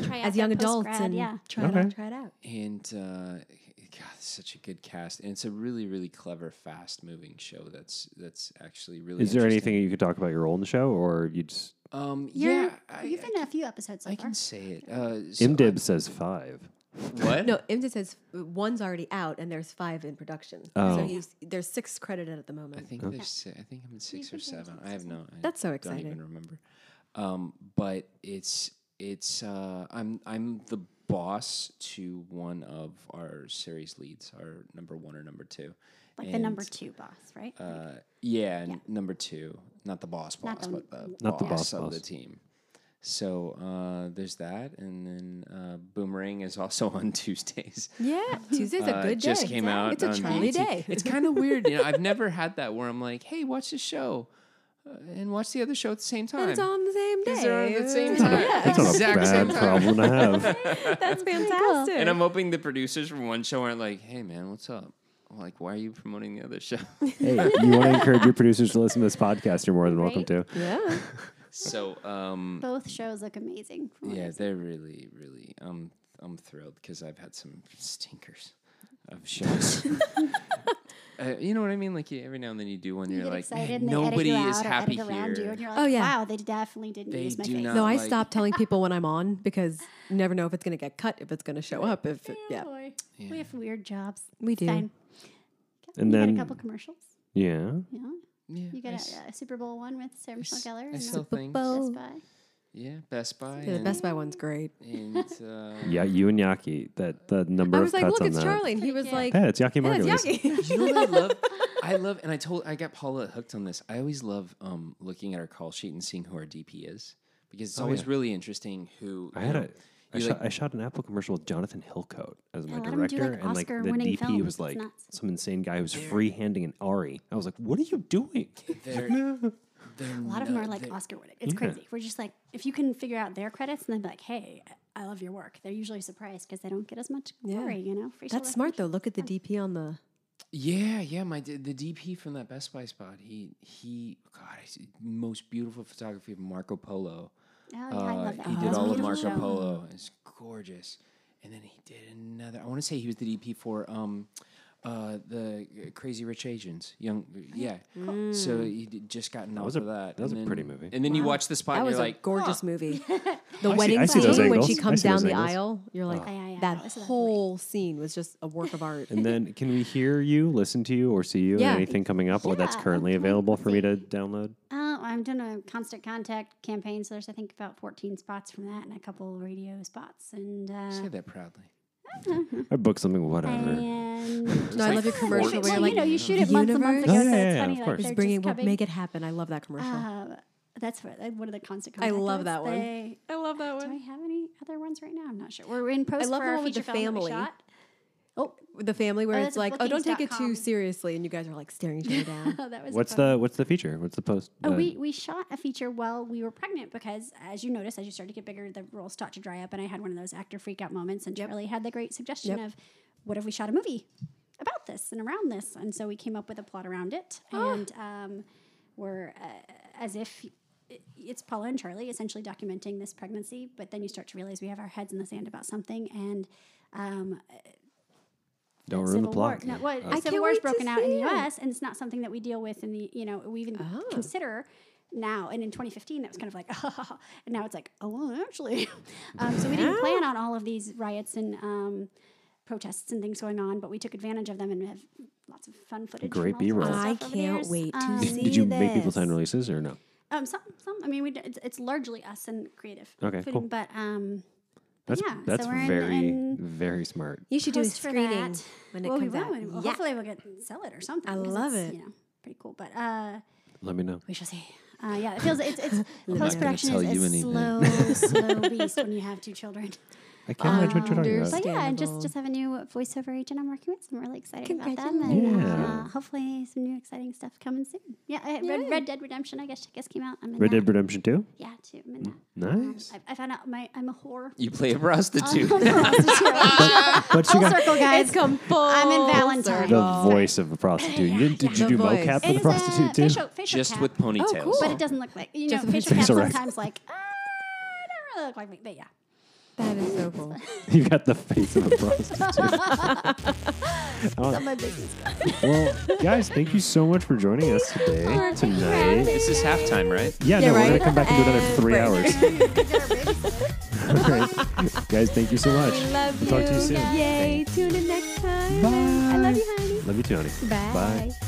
LA. Try out as their young adults post-grad, and yeah. try it Okay. out. Try it out. And uh, God, it's such a good cast, and it's a really, really clever, fast-moving show. That's that's actually really. Is there interesting. anything you could talk about your role in the show, or you just Um, You're, yeah, I, you've been in a fefew episodes so I far. can say it. Uh, so Imdib says five? What? No, Imsa says uh, one's already out and there's five in production. Oh. So he's, there's six credited at the I moment. think there's. si- I think I'm in six or seven. I have no. I That's so Don't even exciting. remember. Um, but it's it's. Uh, I'm I'm the boss to one of our series leads, our number one or number two, Like the number And, two boss, right? Uh, yeah, Yeah. n- number two, not the boss boss, Not the- but the Not the boss boss of the boss. team. So uh, there's that, and then uh, Boomerang is also on Tuesdays. Yeah, Tuesday's a Uh, good day. it Just came out. It's a on Charlie BET. day. It's kind of weird. You know, I've never had that where I'm like, hey, watch this show, uh, and watch the other show at the same time. And it's on the same day. Because they're on at the same Yeah. time. That's not Exact a same bad time. problem to have. That's fantastic. And I'm hoping the producers from one show aren't like, hey man, what's up? I'm like, why are you promoting the other show? hey, you want to encourage your producers to listen to this podcast? You're more than welcome Right? to. yeah. so um, Both shows look amazing. from what Yeah, I've seen. they're really, really. I'm I'm thrilled because I've had some stinkers of shows. uh, you know what I mean? Like you, every now and then you do one, You you're get like, excited "Man, and they nobody edit you is out or happy edit around you, here. and you're like, Oh, yeah. wow, they definitely didn't They use my do face. not- No, I like- stopped telling people when I'm on because you never know if it's going to get cut, if it's going to show up. If it, yeah, Boy, Yeah. we have weird jobs. we It's do. Fine. And you then, got a couple commercials. yeah, Yeah, Yeah, you uh, I got s- a, a Super Bowl one with Sarah I Michelle s- Gellar. I and saw Best things. Bowl. Buy. Yeah, Best Buy. Yeah, the and, Best Buy one's great. And, uh, yeah, you and Yaki. That the number I was of like, cuts look, on it's that. Charlie, and he was Pretty like, Yeah, it's Yaki yeah, it's Margulies. Yaki. you know what I love? I love, and I told I got Paula hooked on this. I always love um, looking at our call sheet and seeing who our DP is because it's always really interesting who. Oh, I you had know, a. I you, shot, like- I shot an Apple commercial with Jonathan Hillcoat as my Yeah, let him do, director, like, and like the Oscar-winning DP films. was It's like nuts. some insane guy who was free-handing an Ari. I was like, "What are you doing?" they're, they're A lot of them are like Oscar winning. It's crazy. We're just like, if you can figure out their credits and then be like, hey, I love your work. They're usually surprised because they don't get as much Yeah. glory, you know? facial That's smart though. recognition. Look at the DP on the. Yeah, yeah. My d- the DP from that Best Buy spot. He he. God, I see- most beautiful photography of Marco Oh, Polo. yeah, I Uh, love that. He one. did That's a all of beautiful Marco show. Polo. It's gorgeous. And then he did another. I want to say he was the DP for um, uh, the uh, Crazy Rich Asians. Young, uh, yeah. So Mm. he d- just gotten off was a- of that. that was and a then- pretty movie. And then you watch the spot. That and was you're a like, gorgeous "Huh." movie. The I see- wedding I see those scene when angles. I she see comes down those the angles. aisle, you're like, yeah, yeah, yeah. that I saw that movie. whole scene was just a work of art. And then, can we hear you, listen to you, or see you? in Yeah. Anything coming up, or that's Yeah, currently come on, available for me to let's download? Uh, I'm doing a constant contact campaign, so there's I think about 14 spots from that and a couple radio spots, and Say uh, that proudly. I booked something, whatever. and No, I love your commercial Well, where you're you like, know, you shoot "The it months and months universe ago, is- Yeah, so yeah, it's yeah, funny. of like course. they're just bring it, just we'll coming. make it happen. I love that commercial. Uh, that's what, uh, one of the constant. I contact love events. that one. They- I love that do I one. have any other ones right now? I'm not sure. We're in post love for the our one with the feature film that we family. shot. the family where Oh, it's that's like, oh, don't take it too bookings.com. seriously, and you guys are like staring each other down. Oh, that was a What's fun- the What's the feature? What's the post? Oh, uh, we, we shot a feature while we were pregnant because, as you notice, as you started to get bigger, the roles start to dry up, and I had one of those actor freak out moments. And Charlie had the great suggestion of, "What if we shot a movie about this and around this?" And so we came up with a plot around it, and um, we're uh, as if i- it's Paula and Charlie essentially documenting this pregnancy. But then you start to realize we have our heads in the sand about something, and um, don't ruin the Civil War. plot. No, well, Uh, can't Civil War's wait to broken out in the see it. Oh. U.S. and it's not something that we deal with in the you know we even consider now. And in 2015, that was kind of like, and now it's like, oh, well, actually, um, so we didn't plan on all of these riots and um, protests and things going on, but we took advantage of them and have lots of fun footage. from Great all B-roll. sorts of stuff I over the can't years. wait to Um, see did you make people this. sign releases or no? Um, some, some. I mean, we d- it's, it's largely us and creative. Okay, cool. But um, That's yeah, so that's we're in- very in very smart. You should do a post for screening that. when it well, comes we out. will. and Well, yeah. Hopefully, we'll get sell it or something. I because love it's, it. You know, pretty cool. But uh, Let me know. we shall see. Uh, yeah, it feels it's, it's gonna post production tell is you a anything. slow, slow beast when you have two children. I can't imagine what you're talking about. But yeah, and just Understandable. just have a new voiceover agent I'm working with, so I'm really excited about them, and Congratulations. Yeah. uh, hopefully some new exciting stuff coming soon. Yeah, I, Red, Red Dead Redemption, I guess, I guess came out. I'm in Red that. Dead Redemption Two. Yeah, too. I'm in that. Nice. I, I found out my I'm a whore. You play a prostitute. I'm a prostitute. But you Full got circle, guys. It's come full. I'm in Valentine. the Oh. voice of a prostitute. You didn't, did you The do voice. mocap for the It is uh, a prostitute too? facial, facial just cap. with ponytails. Oh, cool. But it doesn't look like you know Just a facial caps facial rec. sometimes like ah, don't really look like me, but yeah. That is so cool. You got the face of a prostitute. Oh, my business. well, guys, thank you so much for joining us today, tonight. This is halftime, right? Yeah, Yeah, no, we're right? gonna come back and do another And three break. hours. All right. Guys, thank you so much. Love Talk to you soon. Yay. Tune in next time. Bye. I love you, honey. Love you too, honey. Bye.